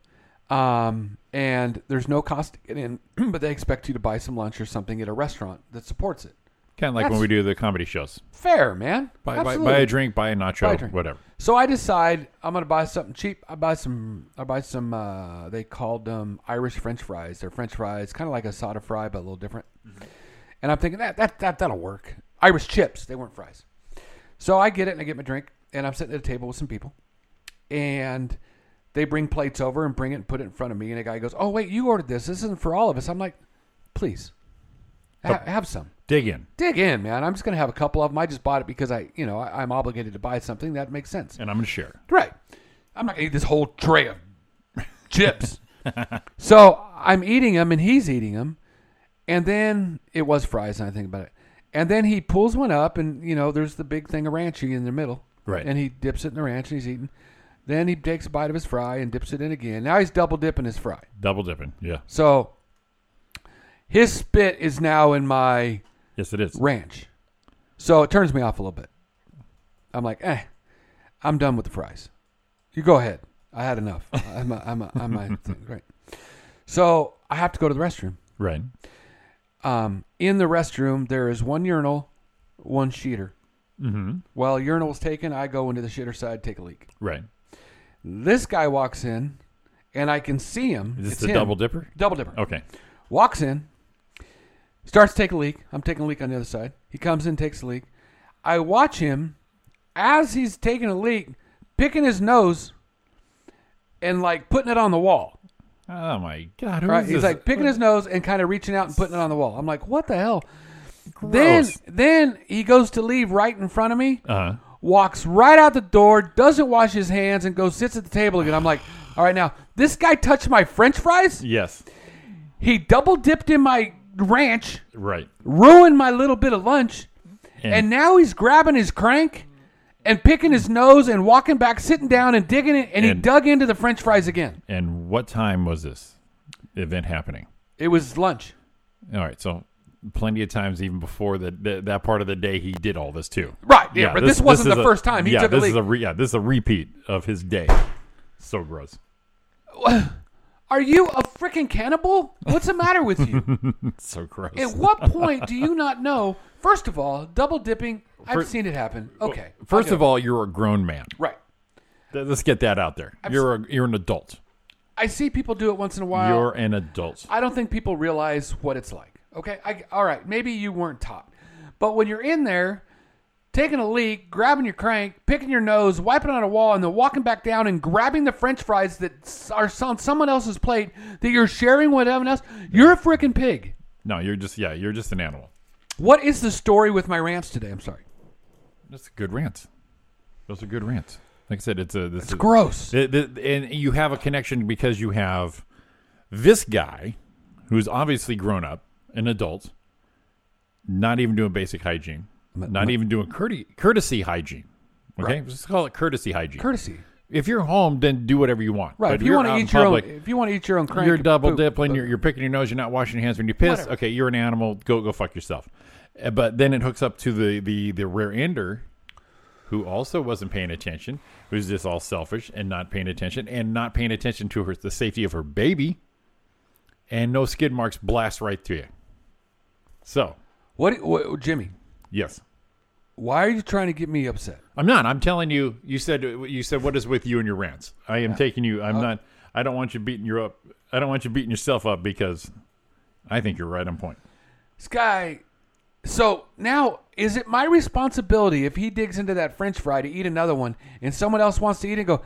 um, and there's no cost to get in, but they expect you to buy some lunch or something at a restaurant that supports it.
Kind of like when
That's-
we do the comedy shows.
Fair, man.
Buy, buy,
Absolutely.
buy a drink, buy a nacho,
Buy a drink.
whatever.
So I decide I'm gonna buy something cheap. I buy some. I buy some. Uh, they called them Irish French fries. They're French fries, kind of like a soda fry, but a little different. And I'm thinking that that that that'll work. Irish chips. They weren't fries. So I get it and I get my drink and I'm sitting at a table with some people, and they bring plates over and bring it and put it in front of me. And a guy goes, "Oh wait, you ordered this. This isn't for all of us." I'm like, "Please, ha- have some."
Dig in.
Dig in, man. I'm just gonna have a couple of them. I just bought it because I, you know, I, I'm obligated to buy something that makes sense.
And I'm going to share.
Right. I'm not going to eat this whole tray of chips. so I'm eating them and he's eating them. And then it was fries, and I think about it. And then he pulls one up, and, you know, there's the big thing of ranchy in the middle.
Right.
And he dips it in the ranch and he's eating. Then he takes a bite of his fry and dips it in again. Now he's double dipping his fry.
Double dipping. Yeah.
So his spit is now in my
Yes, it is.
ranch. So it turns me off a little bit. I'm like, eh, I'm done with the fries. You go ahead. I had enough. I'm a, I'm a, I'm a thing. Great. So I have to go to the restroom.
Right.
Um, in the restroom, there is one urinal, one sheeter.
Mm-hmm.
While urinal's taken, I go into the shitter side, take a leak.
Right.
This guy walks in, and I can see him.
Is this
It's
the
him.
double dipper?
Double dipper.
Okay.
Walks in, starts to take a leak. I'm taking a leak on the other side. He comes in, takes a leak. I watch him as he's taking a leak, picking his nose and like putting it on the wall.
Oh, my God. Who is
Right? He's
this?
like picking his nose and kind of reaching out and putting it on the wall. I'm like, what the hell?
Gross.
Then then he goes to leave right in front of me,
Uh-huh.
walks right out the door, doesn't wash his hands, and goes sits at the table again. I'm like, all right, now this guy touched my French fries.
Yes.
He double dipped in my ranch
Right.
ruined my little bit of lunch, and, now he's grabbing his crank and picking his nose and walking back, sitting down and digging it, and, he
And-
dug into the French fries again.
And what time was this event happening?
It was lunch.
All right. So plenty of times even before the, the, that part of the day, he did all this too.
Right, yeah, but this wasn't
is
the
a-
first time he
yeah,
took a
this
leak.
Is a re, yeah, this is a repeat of his day. So gross.
Are you a freaking cannibal? What's the matter with you?
So gross.
At what point do you not know? First of all, double dipping, I've
First-
seen it happen. Okay.
First of all, you're a grown man.
right.
Th- Let's get that out there. You're a, you're an adult.
I see people do it once in a while.
You're an adult.
I don't think people realize what it's like. Okay, I, all right, maybe you weren't taught, but when you're in there, taking a leak, grabbing your crank, picking your nose, wiping on a wall, and then walking back down and grabbing the French fries that s- are on someone else's plate that you're sharing with everyone else, you're a freaking pig.
No, you're just yeah, you're just an animal.
What is the story with my rants today? I'm sorry.
That's a good rant. Those are good rants. Like I said, it's a. This is,
gross.
th- th- and you have a connection because you have this guy who's obviously grown up, an adult, not even doing basic hygiene, not even doing courte- courtesy hygiene. Okay,
Right.
let's call it courtesy hygiene.
Courtesy.
If you're home, then do whatever you want.
Right.
But
if you
you're
want to
out in
eat your
public,
own, if you want to eat your own crank,
you're double
poop,
dipping. You're, you're picking your nose. You're not washing your hands when you piss.
Whatever.
Okay, you're an animal. Go go fuck yourself. Uh, But then it hooks up to the the the rear ender, who also wasn't paying attention, who's just all selfish and not paying attention, and not paying attention to her the safety of her baby, and no skid marks blast right through you. So
What, what, Jimmy?
yes,
Why are you trying to get me upset?
I'm not. I'm telling you. You said you said what is with you and your rants. I am taking you.
Uh,
I'm not. I don't want you beating you up. I don't want you beating yourself up because I think you're right on point.
This guy. So now, is it my responsibility if he digs into that French fry to eat another one, and someone else wants to eat and go,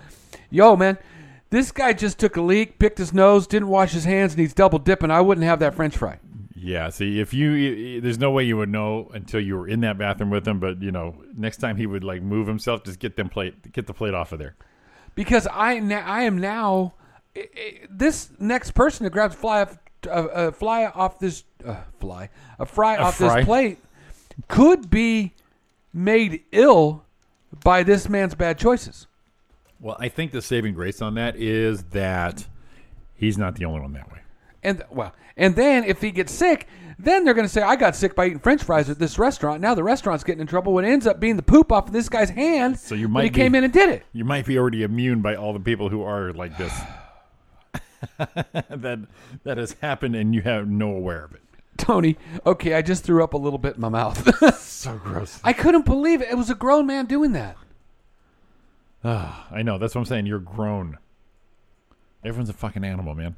"Yo, man, this guy just took a leak, picked his nose, didn't wash his hands, and he's double dipping. I wouldn't have that French fry."
Yeah. See, if you, y- y- there's no way you would know until you were in that bathroom with him. But you know, next time he would like move himself, just get them plate, get the plate off of there.
because I na- I am now i i this next person who grabs fly off, uh, uh, fly off this uh, fly a fry
A
off
fry.
this plate could be made ill by this man's bad choices.
Well, I think the saving grace on that is that he's not the only one that way.
And well, and then if he gets sick, then they're going to say I got sick by eating French fries at this restaurant. Now the restaurant's getting in trouble. It ends up being the poop off of this guy's hand.
So you
when
might
he
be-
came in and did it.
You might be already immune by all the people who are like this. that that has happened, and you have no aware of it.
Tony, okay, I just threw up a little bit in my mouth.
So gross.
I couldn't believe it. It was a grown man doing that.
I know. That's what I'm saying. You're grown. Everyone's a fucking animal, man.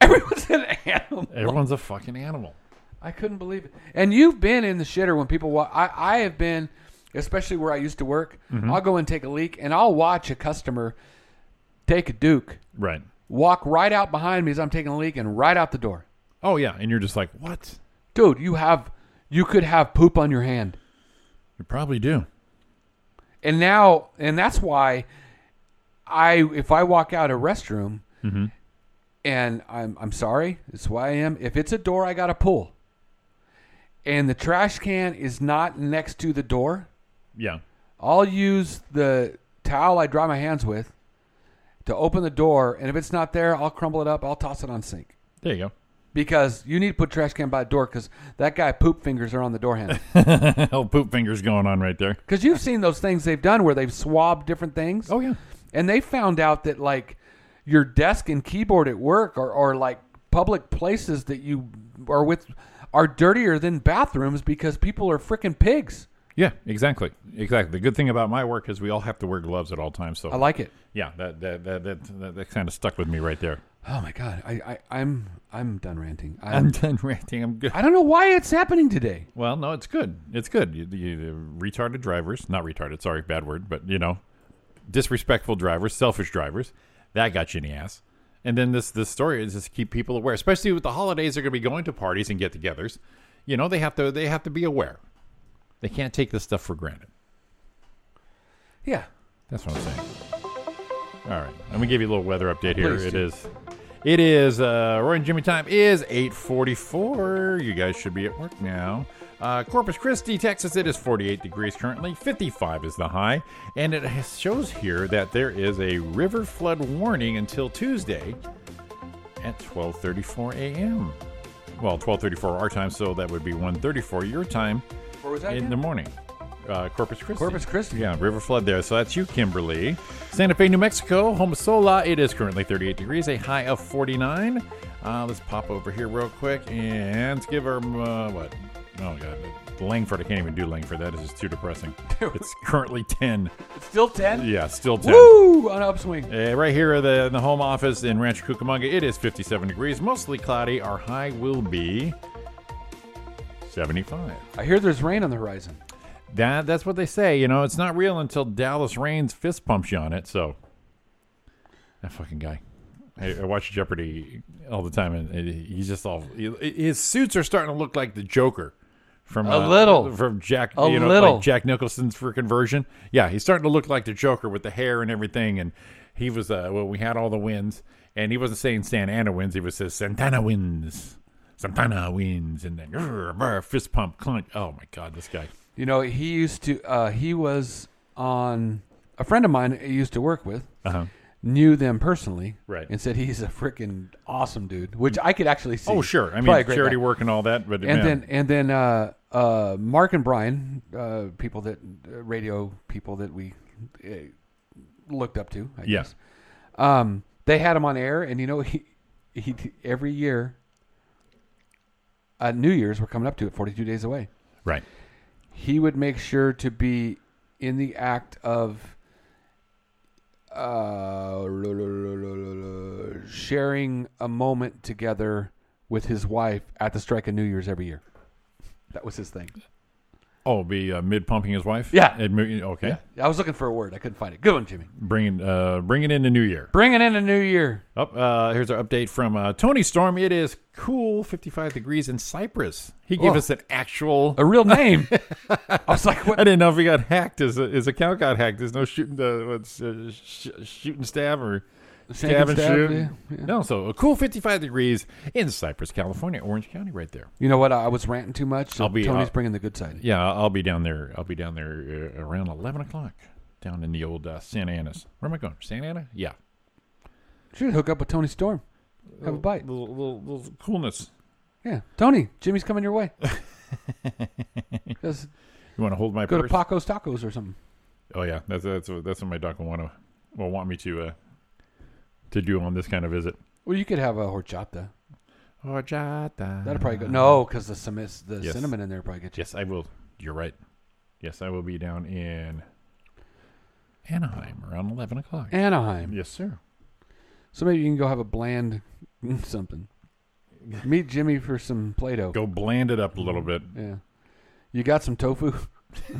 Everyone's an animal.
Everyone's a fucking animal.
I couldn't believe it. And you've been in the shitter when people watch. I, I have been, especially where I used to work.
Mm-hmm.
I'll go and take a leak, and I'll watch a customer take a duke,
Right.
walk right out behind me as I'm taking a leak, and right out the door.
Oh yeah, and you're just like, what?
Dude, you have, you could have poop on your hand,
You probably do.
and now, and that's why, I if I walk out a restroom, and I'm I'm sorry, it's why I am. If it's a door, I gotta pull. And the trash can is not next to the door.
Yeah.
I'll use the towel I dry my hands with to open the door, and if it's not there, I'll crumble it up. I'll toss it on sink
There you
because you need to put trash can by the door because that guy poop fingers are on the door handle.
go. oh, poop fingers going on right there.
Because you've seen those things they've done where they've swabbed different things.
Oh yeah.
and they found out that like your desk and keyboard at work or or like public places that you are with are dirtier than bathrooms because people are freaking pigs.
Yeah, exactly. Exactly. The good thing about my work is we all have to wear gloves at all times. So
I like it.
yeah, that that that that, that, that kind of stuck with me right there.
Oh my god, I, I I'm I'm done ranting. I'm,
I'm done ranting. I'm good.
I don't know why it's happening today.
Well, no, it's good. It's good. You, you, the retarded drivers, not retarded, sorry, bad word, but you know, disrespectful drivers, selfish drivers, that got you in the ass. And then this this story is just keep people aware, especially with the holidays. They're going to be going to parties and get-togethers. You know, they have to they have to be aware. They can't take this stuff for granted.
Yeah.
That's what I'm saying. All right, I'm gonna give you a little weather update here.
Please
It
do.
is, it is. Uh, Roy and Jimmy time is 8:44. You guys should be at work now. Uh, Corpus Christi, Texas. It is 48 degrees currently. 55 is the high, and it has- shows here that there is a river flood warning until Tuesday at 12:34 a.m. Well, 12:34 our time, so that would be 1:34 your time
Where was that?
in the morning. Uh, Corpus Christi.
Corpus Christi.
Yeah, river flood there. So that's you, Kimberly. Santa Fe, New Mexico, Homasola. It is currently 38 degrees, a high of 49. Uh, let's pop over here real quick and give her uh, what? Oh god, Langford. I can't even do Langford. That is just too depressing. it's currently 10.
It's still ten.
Yeah, still 10.
Woo! On upswing.
Uh, right here in the, in the home office in Rancho Cucamonga, it is 57 degrees, mostly cloudy. Our high will be 75.
I hear there's rain on the horizon.
That that's what they say. You know, it's not real until Dallas Reigns fist pumps you on it. So that fucking guy. I, I watch Jeopardy all the time, and, and he's just all. he- his suits are starting to look like the Joker from
A
uh,
little.
from Jack.
A
you know,
little.
like Jack Nicholson's freaking version. Yeah, he's starting to look like the Joker with the hair and everything. And he was uh, well, we had all the wins, and he wasn't saying Santa Ana wins. He was says Santana wins. Santana wins, and then "Grr, brr," fist pump, clunk. Oh my God, this guy.
You know, he used to. Uh, he was on a friend of mine he used to work with.
Uh-huh.
Knew them personally,
Right.
And said he's a freaking awesome dude, which I could actually see.
Oh sure, I mean
Probably a great
charity
guy.
work and all that, but
and
man.
then and then uh, uh, Mark and Brian, uh, people that uh, radio people that we uh, looked up to, I
Yeah.
guess. Um, they had him on air, and you know he he every year. Uh, New Year's, we're coming up to it, forty-two days away.
right,
He would make sure to be in the act of uh, sharing a moment together with his wife at the strike of New Year's every year. That was his thing.
oh, be uh, mid pumping his wife.
Yeah.
And mo- okay,
I was looking for a word. I couldn't find it. Good one, Jimmy.
bringing uh, bringing in the new year.
Bringing in a new year.
Up, uh, here's our update from uh, Tony Storm. It is cool, 55 degrees in Cyprus. He gave
Oh.
us an actual.
A real name. I was like,
I
what?
didn't know if he got hacked. Is a, is a cow got hacked? There's no shooting the what's uh, sh- shooting stab or
Shank
stab and
and stab,
shoot.
yeah, yeah.
No, so a cool 55 degrees in Cypress, California, Orange County, right there.
You know what? I was ranting too much. So
I'll be-
Tony's
I'll-
bringing the good side.
Yeah, I'll be down there. I'll be down there uh, around 11 o'clock, down in the old uh, Santa Ana's. Where am I going? Santa Ana? Yeah,
Should hook up with Tony Storm. Have
Oh.
a bite.
little little, little coolness.
Yeah. Tony, Jimmy's coming your way. Just
You want to hold my
go to
purse?
Paco's Tacos or something.
Oh yeah, that's that's what- that's what my doc will want to will want me to uh, to do on this kind of visit.
Well, you could have a horchata.
Horchata.
That'll probably go. No, because the, cin- the
Ah. Yes.
cinnamon in there probably gets you.
Yes, I will. You're right. Yes, I will be down in Anaheim around eleven o'clock.
Anaheim.
yes, sir.
So maybe you can go have a bland something. Meet Jimmy for some Play-Doh.
Go bland it up a little bit.
Yeah. You got some tofu?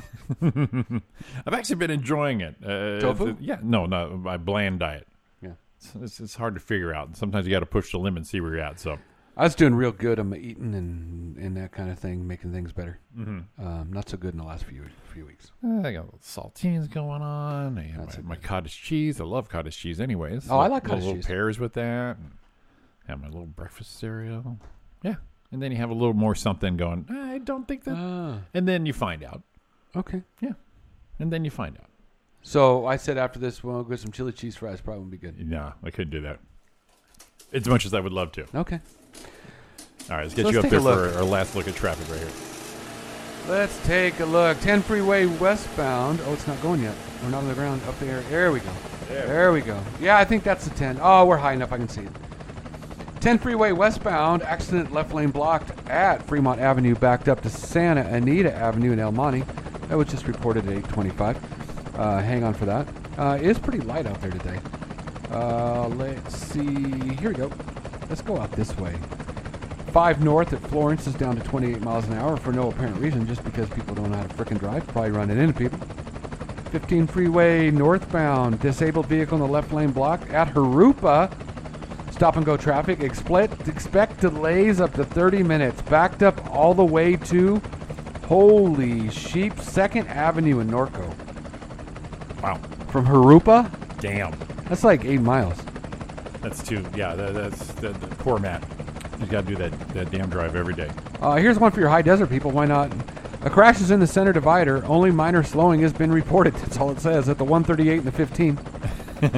I've actually been enjoying it. Uh,
Tofu?
it's- yeah, no, no, my bland diet.
Yeah.
It's, it's, it's hard to figure out. Sometimes you got to push the limit and see where you're at. So
I was doing real good on my eating and, and that kind of thing, making things better.
Mm-hmm.
Um, not so good in the last few few weeks.
Uh, I got little saltines going on. I have
That's
my,
a
my cottage cheese. I love cottage cheese, anyways.
Oh, I like cottage
little
cheese.
pears with that. And have my little breakfast cereal. Yeah, and then you have a little more something going. I don't think that.
Ah,
and then you find out.
okay.
Yeah, and then you find out.
So I said after this, well, I'll get some chili cheese fries. Probably would be good.
Nah, I couldn't do that. As much as I would love to.
Okay.
All right, let's get
So
you
let's
up
take
there
a
for
look.
our last look at traffic right here.
Let's take a look. 10 freeway westbound. Oh, it's not going yet. We're not on the ground. Up there. There we go. There, we go. Yeah, I think that's the 10. Oh, we're high enough. I can see it. 10 freeway westbound. Accident left lane blocked at Fremont Avenue. Backed up to Santa Anita Avenue in El Monte. That was just reported at 825. Uh, hang on for that. Uh, it is pretty light out there today. Uh, let's see. Here we go. Let's go out this way. 5 north at Florence is down to 28 miles an hour for no apparent reason, just because people don't know how to frickin' drive, probably running into people. 15 freeway northbound, disabled vehicle in the left lane block at Harupa. Stop and go traffic. Expect, expect delays up to 30 minutes. Backed up all the way to Holy Sheep, 2nd Avenue in Norco.
Wow,
From Harupa?
damn,
That's like 8 miles.
that's too. Yeah, that, that's that, that- poor Matt. He's got to do that that damn drive every day.
Uh, here's one for your high desert people. Why not? A crash is in the center divider. Only minor slowing has been reported. That's all it says at the 138 and the 15. You're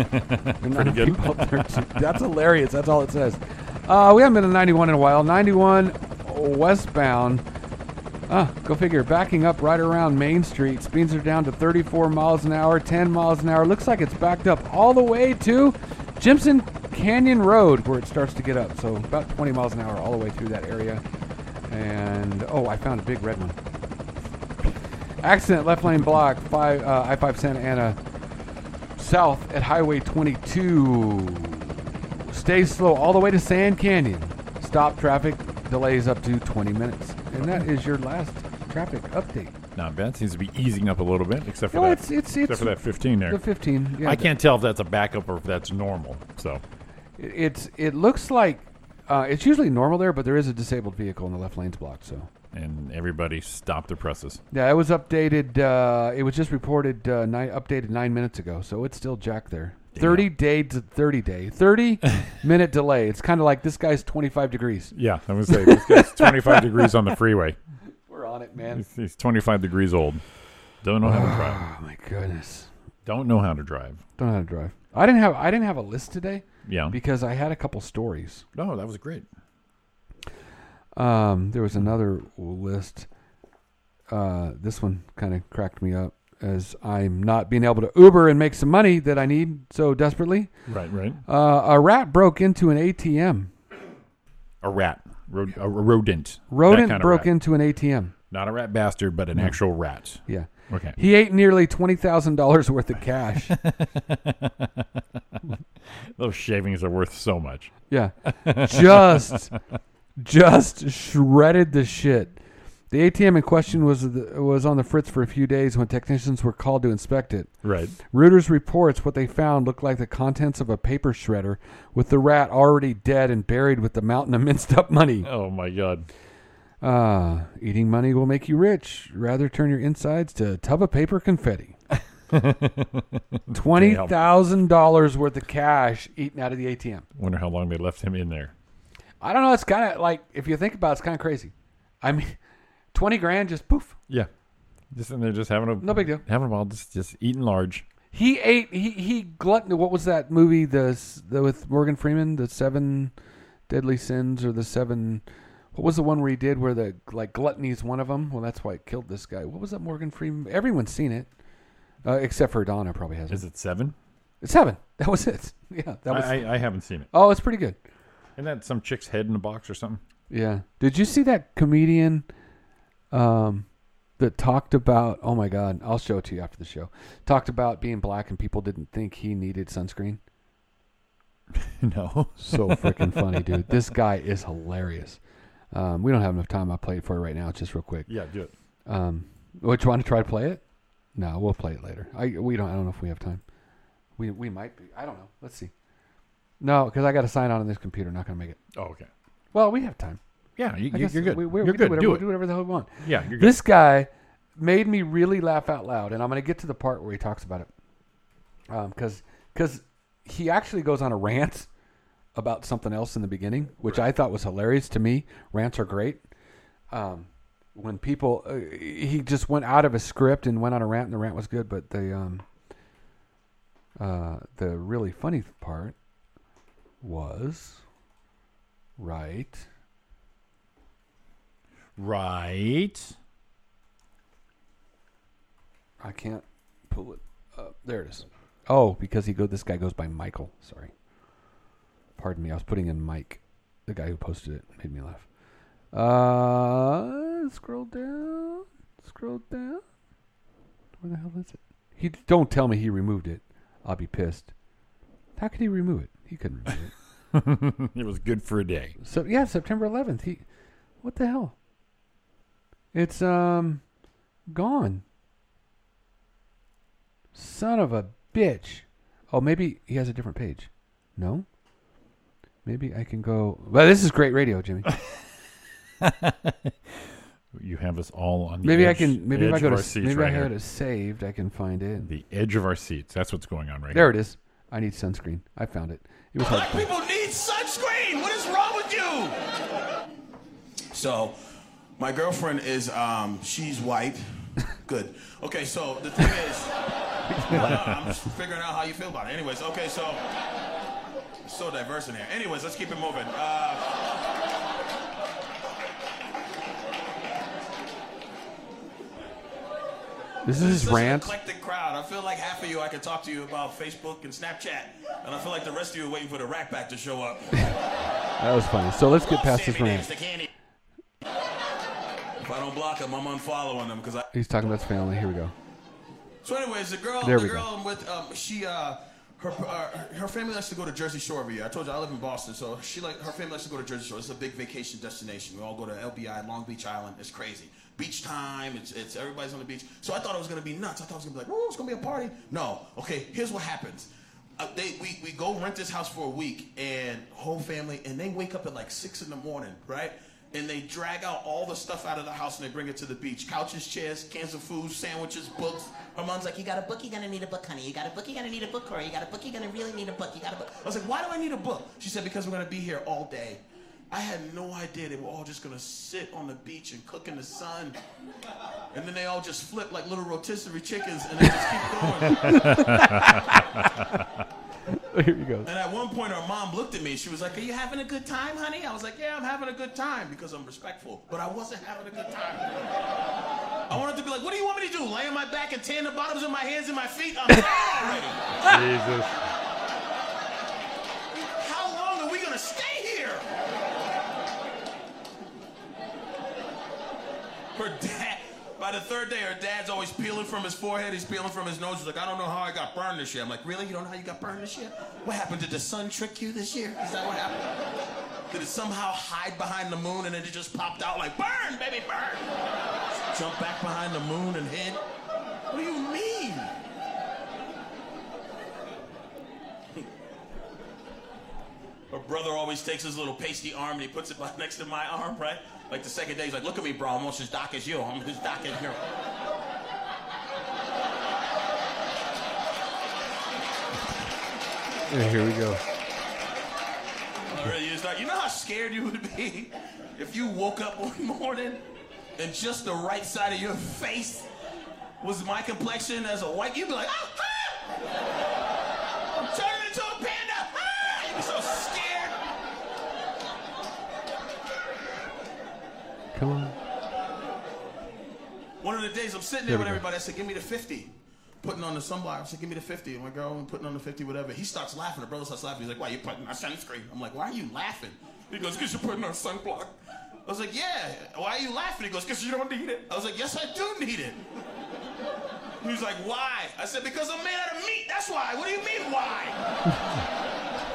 not
Pretty good.
people up there, too. That's hilarious. That's all it says. Uh, we haven't been to 91 in a while. 91 westbound. Ah, go figure. Backing up right around Main Street. Speeds are down to 34 miles an hour, 10 miles an hour. Looks like it's backed up all the way to Jimson Canyon Road, where it starts to get up. So about 20 miles an hour all the way through that area. And oh, I found a big red one. Accident left lane block five uh, I-5 Santa Ana south at Highway 22. Stay slow all the way to Sand Canyon. Stop traffic delays up to 20 minutes. And that is your last traffic update.
Not bad. Seems to be easing up a little bit, except for
No,
that.
it's- it's-
except
it's-
for that 15 there.
The 15. Yeah,
I can't tell if that's a backup or if that's normal. So
it- It's it looks like uh, it's usually normal there, but there is a disabled vehicle in the left lane's blocked. So
and everybody stopped their presses.
Yeah, it was updated. Uh, it was just reported uh, nine, updated nine minutes ago, so it's still jacked there. Thirty day to thirty day, thirty minute delay. It's kind of like this guy's twenty five degrees.
Yeah, I'm gonna say this guy's 25 degrees on the freeway.
We're on it, man.
He's, he's 25 degrees old. Don't know how to drive.
Oh my goodness,
Don't know how to drive.
don't know how to drive. I didn't have I didn't have a list today
Yeah.
because I had a couple stories.
No, that was great.
Um, there was another list. Uh, this one kind of cracked me up as I'm not being able to Uber and make some money that I need so desperately.
Right, right.
Uh, a rat broke into an ATM.
A rat, Rod- a rodent. Mm. That
Rodent
kind of
broke
rat.
into an ATM.
Not a rat bastard, but an actual rat.
Yeah.
Okay.
He ate nearly twenty thousand dollars worth of cash.
Those shavings are worth so much.
yeah. Just, just shredded the shit. The ATM in question was the, was on the fritz for a few days when technicians were called to inspect it.
Right.
Reuters reports what they found looked like the contents of a paper shredder, with the rat already dead and buried with the mountain of minced up money.
Oh my god.
Ah, eating money will make you rich. Rather turn your insides to a tub of paper confetti. Twenty thousand dollars worth of cash eaten out of the ATM.
Wonder how long they left him in there.
I don't know. It's kind of like if you think about, it, it's kind of crazy. I mean, twenty grand just poof.
Yeah. Just in there, just having a
No big deal.
Having a ball, just just eating large.
He ate. He he glutton. What was that movie? The, s- the with Morgan Freeman, the Seven Deadly Sins, or the Seven. What was the one where he did where the like gluttony is one of them? Well, that's why it killed this guy. What was that Morgan Freeman? Everyone's seen it, uh, except for Donna probably hasn't.
Is it seven?
It's seven. That was it. Yeah, that was.
I, I, I haven't seen it.
oh, it's pretty good.
Isn't that some chick's head in a box or something?
Yeah. Did you see that comedian um, that talked about? Oh my God, I'll show it to you after the show. Talked about being black and people didn't think he needed sunscreen.
no.
So freaking funny, dude. This guy is hilarious. Um, we don't have enough time. I play it for you right now, just real quick.
Yeah, do it.
Um, would you want to try to play it? No, we'll play it later. I we don't. I don't know if we have time. We we might be. I don't know. Let's see. No, because I got to sign on on this computer. Not gonna make it.
Oh, okay.
Well, we have time.
Yeah, you, you,
I guess
you're good.
We, we,
you're
we
good.
Do whatever,
do
we'll
it.
do whatever the hell we want.
Yeah, you're good.
This guy made me really laugh out loud, and I'm going to get to the part where he talks about it, because because he actually goes on a rant about something else in the beginning, which I thought was hilarious to me. Rants are great. Um, when people, uh, he just went out of his script and went on a rant, and the rant was good. But the um, uh, the really funny part was right.
right.
I can't pull it up. There it is. Oh, because he go. This guy goes by Michael. Sorry. Pardon me. I was putting in Mike, the guy who posted it. Made me laugh. Uh, scroll down. Scroll down. Where the hell is it? He don't tell me he removed it. I'll be pissed. How could he remove it? He couldn't remove it.
It was good for a day.
So yeah, September 11th. He, what the hell? It's um, gone. Son of a bitch. Oh, maybe he has a different page. No. Maybe I can go. Well, this is great radio, Jimmy.
You have us all on the
Maybe I
edge-
can. Maybe if
edge
I go
of
to
our
s-
seats
maybe
right
I
here.
had it saved. I can find it.
the edge of our seats. That's what's going on right
There
here.
it is. I need sunscreen. I found it. It was hard.
Black
to find.
people need sunscreen. What is wrong with you? So, my girlfriend is um, she's white. Good. Okay, so the thing is, Well, no, I'm just figuring out how you feel about it. Anyways, okay, so so diverse in here. Anyways, let's keep it moving. Uh,
This is his
such an
rant.
Eclectic crowd. I feel like half of you I could talk to you about Facebook and Snapchat, and I feel like the rest of you are waiting for the rack back to show up.
That was funny. So let's get past this
Sammy
rant.
Davis, the candy. If I don't block them, I'm unfollowing them because I.
He's talking about his family. Here we go.
So, anyways, the girl,
There
the
we go.
girl I'm with, um, she, uh, her, uh, her family likes to go to Jersey Shore every year. I told you I live in Boston, so she like her family likes to go to Jersey Shore. It's a big vacation destination. We all go to LBI, Long Beach Island. It's crazy. Beach time. It's it's everybody's on the beach. So I thought it was gonna be nuts. I thought it was gonna be like, oh, it's gonna be a party. No. Okay. Here's what happens. Uh, they we, we go rent this house for a week and whole family and they wake up at like six in the morning, right? and they drag out all the stuff out of the house and they bring it to the beach. Couches, chairs, cans of food, sandwiches, books. Her mom's like, You got a book, you're gonna need a book, honey. You got a book, you're gonna need a book, Corey. You got a book, you're gonna really need a book. You got a book. I was like, Why do I need a book? She said, Because we're gonna be here all day. I had no idea they were all just gonna sit on the beach and cook in the sun. And then they all just flip like little rotisserie chickens and they just keep going.
Here he goes.
And at one point, our mom looked at me. She was like, "Are you having a good time, honey?" I was like, "Yeah, I'm having a good time because I'm respectful." But I wasn't having a good time. I wanted to be like, "What do you want me to do? Lay on my back and tan the bottoms of my hands and my feet? I'm tired already."
Jesus.
How long are we gonna stay here? Her dad. By the third day, her dad's always peeling from his forehead. He's peeling from his nose. He's like, "I don't know how I got burned this year." I'm like, "Really? You don't know how you got burned this year? What happened? Did the sun trick you this year? Is that what happened? Did it somehow hide behind the moon and then it just popped out like burn, baby, burn?" Jump back behind the moon and hid. What do you mean? Her brother always takes his little pasty arm and he puts it by- next to my arm, right? Like the second day, he's like, look at me, bro, I'm almost as dark as you. I'm as dark as you.
Yeah, here we go.
Really, it's like, you know how scared you would be if you woke up one morning and just the right side of your face was my complexion as a white? You'd be like, ah, ah! I'm turning into a panda! Ah! You'd be so scared.
Come on.
One of the days I'm sitting there,
There we
with
go.
everybody. I said, "Give me the 50. Putting on the sunblock. I said, "Give me the 50. And my girl, I'm putting on the 50, whatever. He starts laughing. The brother starts laughing. He's like, "Why you putting on sunscreen?" I'm like, "Why are you laughing?" He goes, "Cause you're putting on sunblock." I was like, "Yeah. Why are you laughing?" He goes, "Cause you don't need it." I was like, "Yes, I do need it." He was like, "Why?" I said, "Because I'm made out of meat. That's why." What do you mean, why?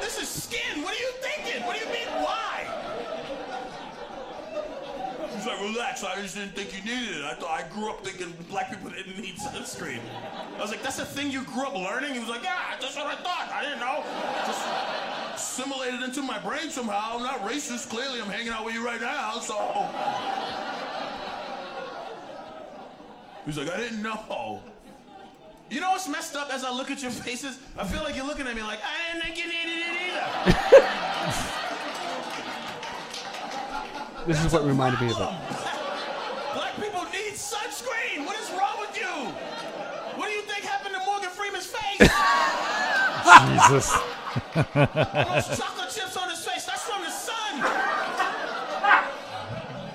this is skin. What are you thinking? What do you mean, why? He's like, relax. I just didn't think you needed it. I thought I grew up thinking black people didn't need sunscreen. I was like, that's a thing you grew up learning. He was like, yeah, that's what I thought. I didn't know. Just assimilated into my brain somehow. I'm not racist. Clearly, I'm hanging out with you right now. So he's like, I didn't know. You know what's messed up? As I look at your faces, I feel like you're looking at me like I didn't think you needed it either.
This is what reminded me of it.
Black people need sunscreen. What is wrong with you? What do you think happened to Morgan Freeman's face?
Jesus.
Those chocolate chips on his face. That's from the sun.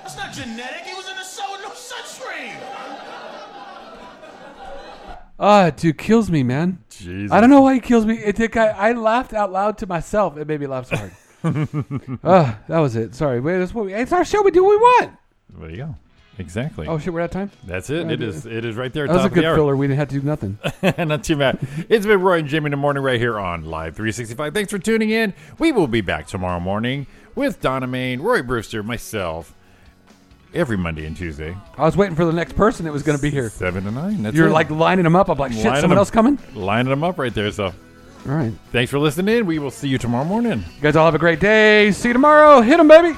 That's not genetic. He was in the sun with no sunscreen.
Ah, it dude, kills me, man.
Jesus.
I don't know why he kills me. It, it, I, I laughed out loud to myself. It made me laugh so hard. Ah, that was it. Sorry. Wait, that's what we, it's our show. We do what we want.
There you go. Exactly.
Oh, shit, we're out of time?
That's it.
We're
It
out of-
is. It is right there. at
That was
top
a
of the
good
hour.
filler. We didn't have to do nothing.
Not too bad. It's been Roy and Jimmy in the morning right here on Live 365. Thanks for tuning in. We will be back tomorrow morning with Donna Main, Roy Brewster, myself, every Monday and Tuesday.
I was waiting for the next person that was going to be here.
Seven to nine. That's
You're
it.
like lining them up. I'm like, shit,
Lining
someone
them-
else coming?
Lining them up right there. So, all
right.
Thanks for listening in. We will see you tomorrow morning.
You guys all have a great day. See you tomorrow. Hit them, baby.